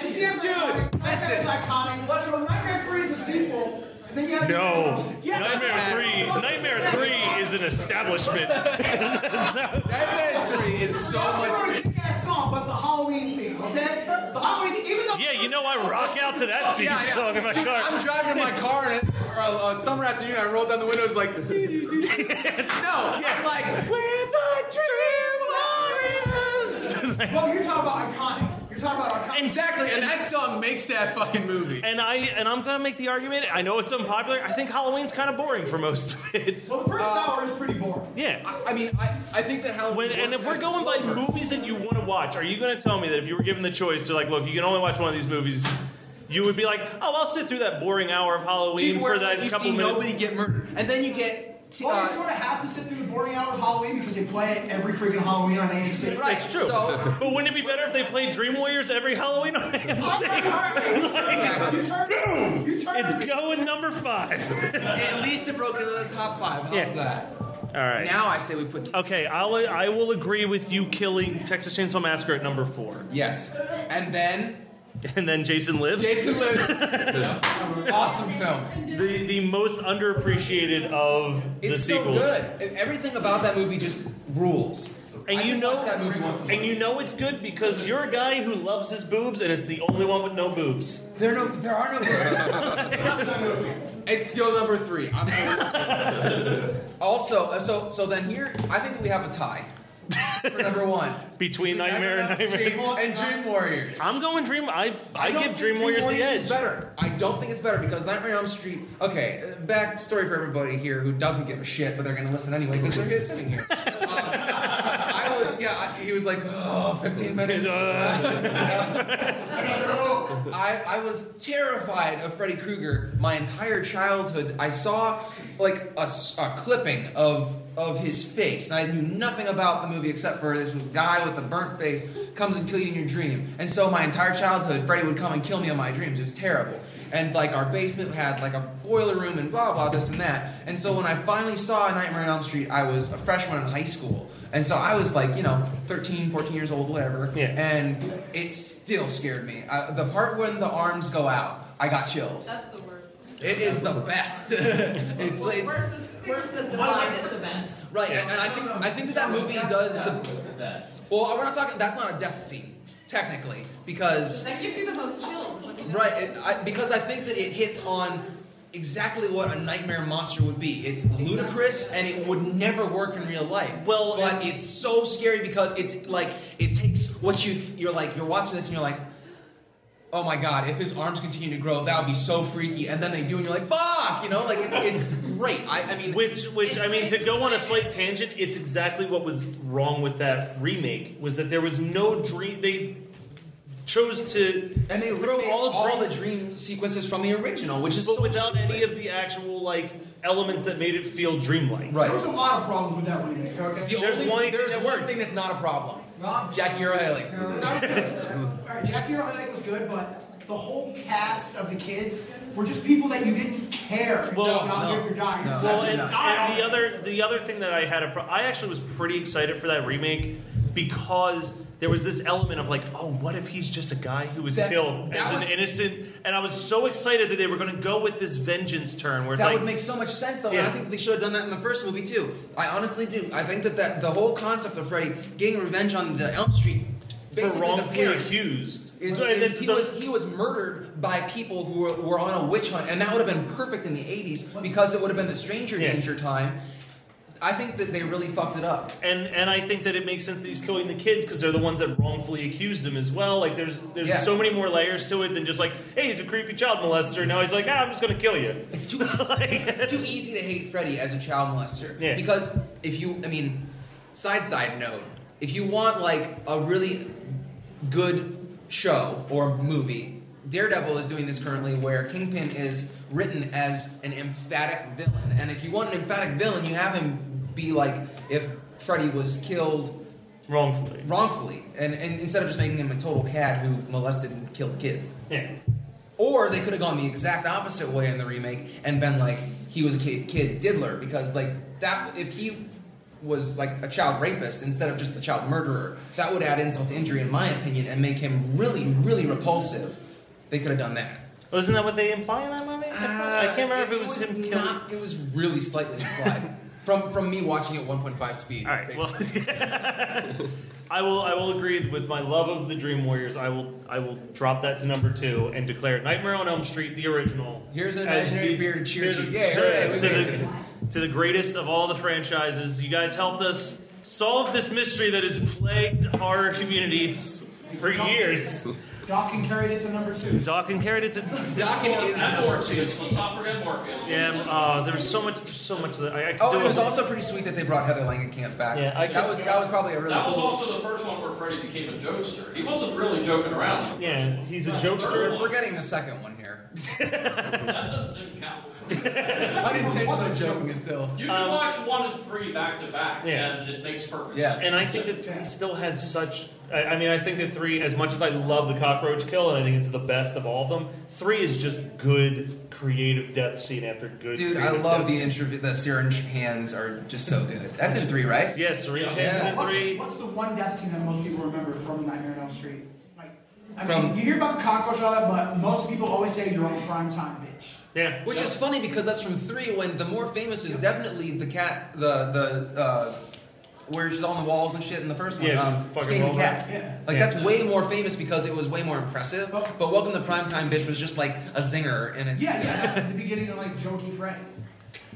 Speaker 9: you see him dude? Listen. Is iconic. So Nightmare Three is a sequel, and then you have
Speaker 4: No.
Speaker 9: Yes,
Speaker 4: Nightmare
Speaker 9: it's-
Speaker 4: Three. Nightmare Three is an establishment.
Speaker 5: Nightmare Three is so
Speaker 9: We're a kick ass song, but the Halloween theme, okay? The Halloween theme, even though
Speaker 4: Yeah, you know I rock out to that theme
Speaker 5: Yeah, yeah.
Speaker 4: song in my
Speaker 5: Dude,
Speaker 4: car.
Speaker 5: I'm driving in my car and it, or a, a summer afternoon. I rolled down the windows like, no, I'm like, we're the dream warriors.
Speaker 9: Well, you're talking about iconic. You're talking about iconic.
Speaker 5: exactly, and that song makes that fucking movie.
Speaker 4: And I and I'm gonna make the argument. I know it's unpopular. I think Halloween's kind of boring for most of it.
Speaker 9: Well, the first hour is pretty boring.
Speaker 4: Yeah.
Speaker 5: I mean, I, I think that Halloween.
Speaker 4: When, and if we're going by movies that you want to watch, are you going to tell me that if you were given the choice to like, look, you can only watch one of these movies, you would be like, oh, I'll sit through that boring hour of Halloween
Speaker 5: Dude,
Speaker 4: for
Speaker 5: where
Speaker 4: that
Speaker 5: you
Speaker 4: couple
Speaker 5: see
Speaker 4: minutes?
Speaker 5: nobody get murdered, and then you get. T-
Speaker 9: Well,
Speaker 5: uh,
Speaker 9: you sort of have to sit through the boring hour of Halloween because they play it every freaking Halloween on AMC.
Speaker 5: right,
Speaker 4: It's true.
Speaker 5: So,
Speaker 4: but wouldn't it be better if they played Dream Warriors every Halloween on AMC?
Speaker 9: You turn, you turn
Speaker 4: it's going number five.
Speaker 5: at least it broke into the top five. How's
Speaker 4: Yeah.
Speaker 5: that?
Speaker 4: All right. Oh.
Speaker 5: Now I say we put. this-
Speaker 4: okay, I'll I will agree with you killing Texas Chainsaw Massacre at number four,
Speaker 5: Yes, and then
Speaker 4: and then Jason Lives.
Speaker 5: Jason Lives. awesome film.
Speaker 4: the the most underappreciated of the
Speaker 5: It's so
Speaker 4: sequels.
Speaker 5: good. E- Everything about that movie just rules.
Speaker 4: And
Speaker 5: I
Speaker 4: you
Speaker 5: could
Speaker 4: know-
Speaker 5: watch that movie once a
Speaker 4: And
Speaker 5: month.
Speaker 4: you know it's good because you're a guy who loves his boobs, and it's the only one with no boobs.
Speaker 5: There no, there are no. it's still number three. I'm also, uh, so so then here, I think we have a tie for number one
Speaker 4: Between Nightmare and
Speaker 5: on Elm
Speaker 4: Nightmare.
Speaker 5: Street and Dream Warriors.
Speaker 4: I'm going Dream. I I, give
Speaker 5: don't think
Speaker 4: Dream Warriors the
Speaker 5: Is
Speaker 4: edge.
Speaker 5: better. I don't think it's better because Nightmare on Elm Street. Okay, uh, back story for everybody here who doesn't give a shit, but they're gonna listen anyway because they're just sitting here. Um, I was, yeah. I, he was like, oh, 15 minutes.
Speaker 4: uh,
Speaker 5: I, I was terrified of Freddy Krueger my entire childhood. I saw like a, s- a clipping of of his face, and I knew nothing about the movie except for this guy with the burnt face comes and kill you in your dream. And so my entire childhood, Freddy would come and kill me in my dreams. It was terrible. And like our basement had like a boiler room and blah blah this and that. And so when I finally saw Nightmare on Elm Street, I was a freshman in high school. And so I was like, you know, 13, 14 years old, whatever.
Speaker 4: Yeah.
Speaker 5: And it still scared me. I, the part when the arms go out, I got chills.
Speaker 12: That's the worst.
Speaker 5: It is the best. it's,
Speaker 12: Well,
Speaker 5: it's-
Speaker 12: worst is worst is defined as the best.
Speaker 5: right, and, and I think I think that that movie does the. Well, we're not talking. That's not a death scene, technically, because
Speaker 12: That gives you the most chills. is when you do
Speaker 5: right, it, I, because I think that it hits on exactly what a nightmare monster would be. It's ludicrous, and it would never work in real life.
Speaker 4: Well,
Speaker 5: but
Speaker 4: and-
Speaker 5: it's so scary because it's like it takes what you th- you're like you're watching this and you're like. Oh my god, if his arms continue to grow, that would be so freaky. And then they do, and you're like, fuck! You know, like, it's, it's great. I, I mean,
Speaker 4: Which, which I mean, to go on a slight tangent, it's exactly what was wrong with that remake was that there was no dream. They chose to
Speaker 5: And they
Speaker 4: throw
Speaker 5: remade
Speaker 4: all,
Speaker 5: all,
Speaker 4: dream,
Speaker 5: the dream sequences from the original, which is
Speaker 4: but
Speaker 5: so
Speaker 4: without
Speaker 5: stupid.
Speaker 4: any of the actual like elements that made it feel dreamlike.
Speaker 9: There was
Speaker 5: right.
Speaker 9: a lot of problems with that remake, okay?
Speaker 5: The
Speaker 4: There's
Speaker 5: only,
Speaker 4: one thing
Speaker 5: there's
Speaker 4: that
Speaker 5: one
Speaker 4: worked.
Speaker 5: thing that's not a problem. Jackie O'Haley.
Speaker 9: Alright, Jackie Earl Haley was good, but the whole cast of the kids were just people that you didn't care.
Speaker 4: Well,
Speaker 9: about
Speaker 5: no,
Speaker 9: if you're dying.
Speaker 5: no.
Speaker 9: Just
Speaker 4: Well,
Speaker 9: like,
Speaker 4: and,
Speaker 9: just die
Speaker 4: and the
Speaker 9: already.
Speaker 4: other the other thing that I had a pro- I actually was pretty excited for that remake because there was this element of like, oh, what if he's just a guy who was
Speaker 5: That-
Speaker 4: killed
Speaker 5: that
Speaker 4: as
Speaker 5: was-
Speaker 4: an innocent? And I was so excited that they were going to go with this vengeance turn where it's
Speaker 5: That
Speaker 4: like,
Speaker 5: would make so much sense, though. And
Speaker 4: Yeah.
Speaker 5: I think they should have done that in the first movie too. I honestly do. I think that, that the whole concept of Freddy getting revenge on the Elm Street,
Speaker 4: for
Speaker 5: basically the
Speaker 4: wrongfully
Speaker 5: parents,
Speaker 4: accused.
Speaker 5: Is,
Speaker 4: So, and
Speaker 5: is
Speaker 4: it's
Speaker 5: he,
Speaker 4: the-
Speaker 5: was, he was murdered by people who were, were on a witch hunt, and that would have been perfect in the 80s because it would have been the stranger
Speaker 4: Yeah.
Speaker 5: danger time. I think that they really fucked it up.
Speaker 4: And and I think that it makes sense that he's killing the kids because they're the ones that wrongfully accused him as well. Like there's there's
Speaker 5: Yeah.
Speaker 4: so many more layers to it than just like, hey, he's a creepy child molester. Now he's like, ah, I'm just gonna kill you.
Speaker 5: It's too, it's too easy to hate Freddy as a child molester.
Speaker 4: Yeah.
Speaker 5: Because if you, I mean, side side note, if you want like a really good show or movie, Daredevil is doing this currently where Kingpin is written as an emphatic villain. And if you want an emphatic villain, you have him be like if Freddy was killed
Speaker 4: wrongfully.
Speaker 5: Wrongfully. And, and instead of just making him a total cat who molested and killed kids.
Speaker 4: Yeah.
Speaker 5: Or they could have gone the exact opposite way in the remake and been like he was a kid, kid diddler because like that if he was like a child rapist instead of just the child murderer that would add insult to injury in my opinion and make him really really repulsive. They could have done that.
Speaker 4: Wasn't that what they imply in that movie? I can't remember if it was, him killing.
Speaker 5: Not, it Uh, was really slightly implied from from me watching it 1.5 speed. All right.
Speaker 4: Well, I will. I will agree with my love of the Dream Warriors. I will. I will drop that to number two and declare Nightmare on Elm Street the original.
Speaker 5: Here's an
Speaker 4: as
Speaker 5: imaginary
Speaker 4: the-
Speaker 5: beer to cheer
Speaker 4: here's
Speaker 5: to.
Speaker 4: a-
Speaker 5: Yeah, hooray, we
Speaker 4: to
Speaker 5: made
Speaker 4: the to the greatest of all the franchises. You guys helped us solve this mystery that has plagued horror communities for years.
Speaker 10: Dawkins carried it to number two.
Speaker 4: Dawkins carried it to.
Speaker 5: Dawkins is number two.
Speaker 4: Yeah. Uh, there's so much. There's so much that I, I could
Speaker 5: Oh,
Speaker 4: do.
Speaker 5: and it was
Speaker 4: a-
Speaker 5: also pretty sweet that they brought Heather Langenkamp back.
Speaker 4: Yeah, I-
Speaker 5: that was that was probably a really
Speaker 11: That was
Speaker 5: cool.
Speaker 11: also the first one where Freddy became a jokester. He wasn't really joking around.
Speaker 4: Yeah, he's a
Speaker 5: We're forgetting the second one here. Unintentional joking still.
Speaker 11: You can watch one and three back to back,
Speaker 4: Um, Yeah.
Speaker 11: and it makes perfect sense.
Speaker 4: And I think that three still has such. I, I mean, I think that three, as much as I love the cockroach kill, and I think it's the best of all of them, three is just good creative death scene after good.
Speaker 5: Dude, I
Speaker 4: creative
Speaker 5: love
Speaker 4: death
Speaker 5: the
Speaker 4: scene.
Speaker 5: intro. The syringe hands are just so good. That's in three, right?
Speaker 4: Yeah, syringe
Speaker 5: Yeah.
Speaker 10: What's, what's the one death scene that most people remember from Nightmare on Elm Street? Like, I
Speaker 5: From-
Speaker 10: mean, you hear about the cockroach and all that, but most people always say you're on prime time, bitch.
Speaker 4: Yeah.
Speaker 5: Which is funny because that's from three. When the more famous is definitely the cat, the the uh, where she's on the walls and shit in the first one.
Speaker 4: Yeah, she's
Speaker 5: um,
Speaker 4: fucking
Speaker 5: Scared
Speaker 4: rolling.
Speaker 5: cat.
Speaker 4: Yeah.
Speaker 5: Like
Speaker 4: Yeah.
Speaker 5: that's way more famous because it was way more impressive. But Welcome to Primetime Bitch was just like a zinger and it.
Speaker 10: Yeah, yeah, that's the beginning of like jokey Freddy.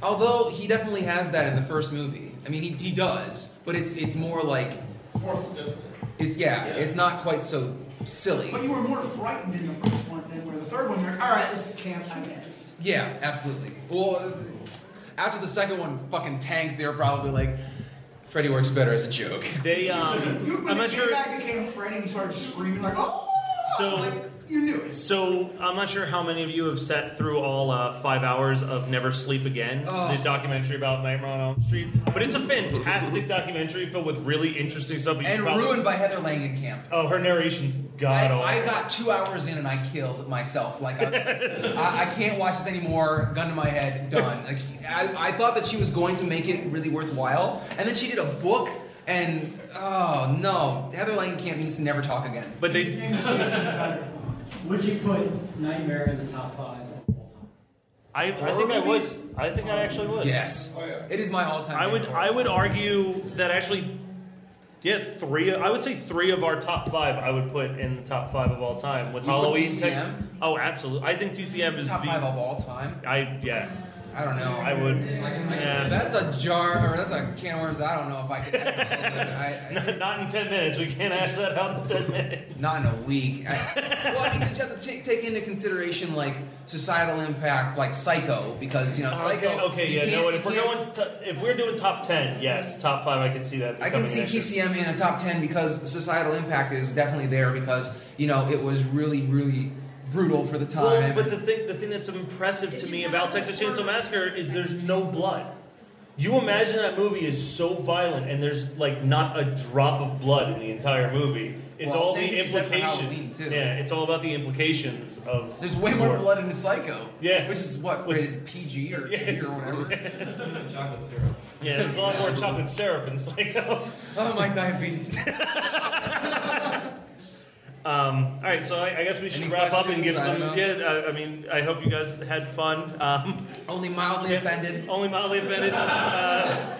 Speaker 5: Although he definitely has that in the first movie. I mean, he, he does, but it's it's more like
Speaker 10: More sadistic.
Speaker 5: it's yeah, it's not quite so silly.
Speaker 10: But you were more frightened in the first one than where the third one. You're like, all right, this is camp. I'm in.
Speaker 5: Yeah, absolutely. Well, uh, after the second one fucking tanked, they were probably like, Freddy works better as a joke.
Speaker 4: They
Speaker 10: Dude,
Speaker 4: um,
Speaker 10: when he came
Speaker 4: I'm not sure.
Speaker 10: back became Freddy and he started screaming like, oh.
Speaker 4: So
Speaker 10: you knew it.
Speaker 4: So I'm not sure how many of you have sat through all uh, five hours of Never Sleep Again,
Speaker 5: Oh.
Speaker 4: the documentary about Nightmare on Elm Street. But it's a fantastic documentary filled with really interesting stuff.
Speaker 5: And ruined by Heather Langenkamp.
Speaker 4: Oh, her narration's god awful.
Speaker 5: I got two hours in and I killed myself. Like, I, was, I, I can't watch this anymore. Gun to my head, done. Like, she- I, I thought that she was going to make it really worthwhile, and then she did a book, and oh no, Heather Langenkamp needs to never talk again.
Speaker 4: But they.
Speaker 9: Would you put Nightmare in the top five?
Speaker 4: I, I think I was. I think I actually was.
Speaker 5: Yes. It is my all-time.
Speaker 4: I would. I would argue that actually, yeah, three. I would say three of our top five. I would put in the top five of all time with
Speaker 5: You put
Speaker 4: Halloween.
Speaker 5: TCM?
Speaker 4: Texas- oh, absolutely. I think TCM is
Speaker 5: Top
Speaker 4: the
Speaker 5: five of all time.
Speaker 4: I yeah.
Speaker 5: I don't know.
Speaker 4: I would. yeah.
Speaker 5: That's a jar, or that's a can of worms. I don't know if I could.
Speaker 4: not, not in ten minutes. We can't ask that out in ten minutes.
Speaker 5: Not in a week. I, well, I mean, 'cause you have to take, take into consideration like societal impact, like Psycho, because you know Psycho.
Speaker 4: okay, okay,
Speaker 5: you
Speaker 4: yeah,
Speaker 5: can't-
Speaker 4: no.
Speaker 5: you
Speaker 4: If we're
Speaker 5: can't-
Speaker 4: going, to t- if we're doing top ten, yes, top five, I can see that.
Speaker 5: I can
Speaker 4: becoming
Speaker 5: see
Speaker 4: an issue.
Speaker 5: TCM in a top ten because societal impact is definitely there because you know it was really, really brutal for the time.
Speaker 4: Well, but the thing, the thing that's impressive to me about Texas Chainsaw Massacre is there's no blood. You imagine that movie is so violent, and there's like not a drop of blood in the entire movie. It's
Speaker 5: Well,
Speaker 4: all
Speaker 5: same
Speaker 4: the
Speaker 5: except for
Speaker 4: implication.
Speaker 5: Halloween, too.
Speaker 4: Yeah, it's all about the implications of.
Speaker 5: There's way more blood in Psycho.
Speaker 4: Yeah,
Speaker 5: which is what
Speaker 4: Which-
Speaker 5: rated PG or G or whatever. Chocolate syrup.
Speaker 4: Yeah, there's a lot more chocolate syrup in Psycho.
Speaker 5: Oh, my diabetes.
Speaker 4: Um, all right, so I, I guess we should
Speaker 5: Any
Speaker 4: wrap up and
Speaker 5: questions?
Speaker 4: give
Speaker 5: I
Speaker 4: some.
Speaker 5: don't know.
Speaker 4: Yeah, I, I mean, I hope you guys had fun. Um,
Speaker 5: only mildly offended.
Speaker 4: Only mildly offended. Uh,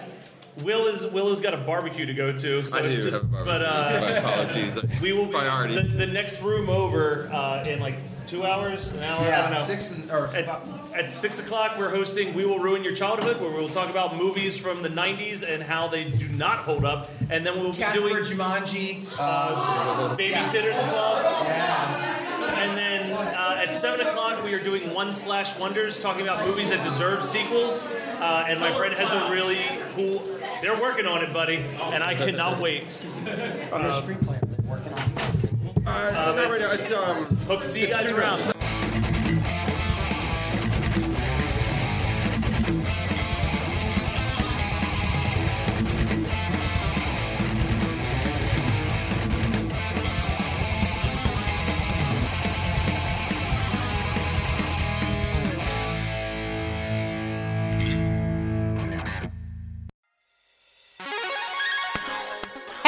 Speaker 4: Will is Will has got a barbecue to go to, so
Speaker 7: I
Speaker 4: it's
Speaker 7: do
Speaker 4: just.
Speaker 7: have a barbecue.
Speaker 4: But uh,
Speaker 7: My apologies.
Speaker 4: We will be
Speaker 7: Priorities.
Speaker 4: The, the next room over uh, in like two hours, an hour. I
Speaker 5: Yeah,
Speaker 4: don't know.
Speaker 5: six and, or uh,
Speaker 4: At,
Speaker 5: fi-
Speaker 4: At six o'clock, we're hosting "We Will Ruin Your Childhood," where we will talk about movies from the '90s and how they do not hold up. And then we will be
Speaker 5: Casper,
Speaker 4: doing
Speaker 5: Jumanji,
Speaker 4: uh, Babysitters Club. And then uh, at seven o'clock, we are doing One Slash Wonders, talking about movies that deserve sequels. Uh, and my friend has a really cool. They're working on it, buddy, and I cannot wait. Excuse me.
Speaker 9: screenplay
Speaker 4: I'm working on. Uh,
Speaker 7: not right now. It's, um,
Speaker 4: hope to see you guys around.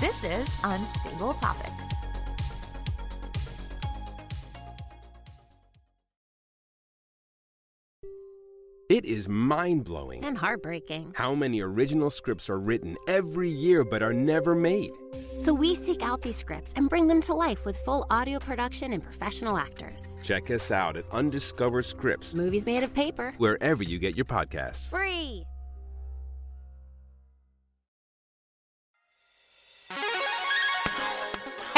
Speaker 1: This is Unstable Topics.
Speaker 2: It is mind blowing
Speaker 3: Mm.
Speaker 13: And heartbreaking.
Speaker 2: how many original scripts are written every year but are never made.
Speaker 13: So we seek out these scripts and bring them to life with full audio production and professional actors.
Speaker 2: Check us out at Undiscover Scripts,
Speaker 13: Movies made of paper.
Speaker 2: wherever you get your podcasts.
Speaker 13: Free!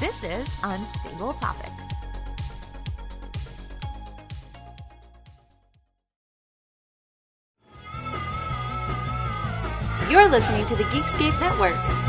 Speaker 1: This is Unstable Topics.
Speaker 14: You're listening to the Geekscape Network.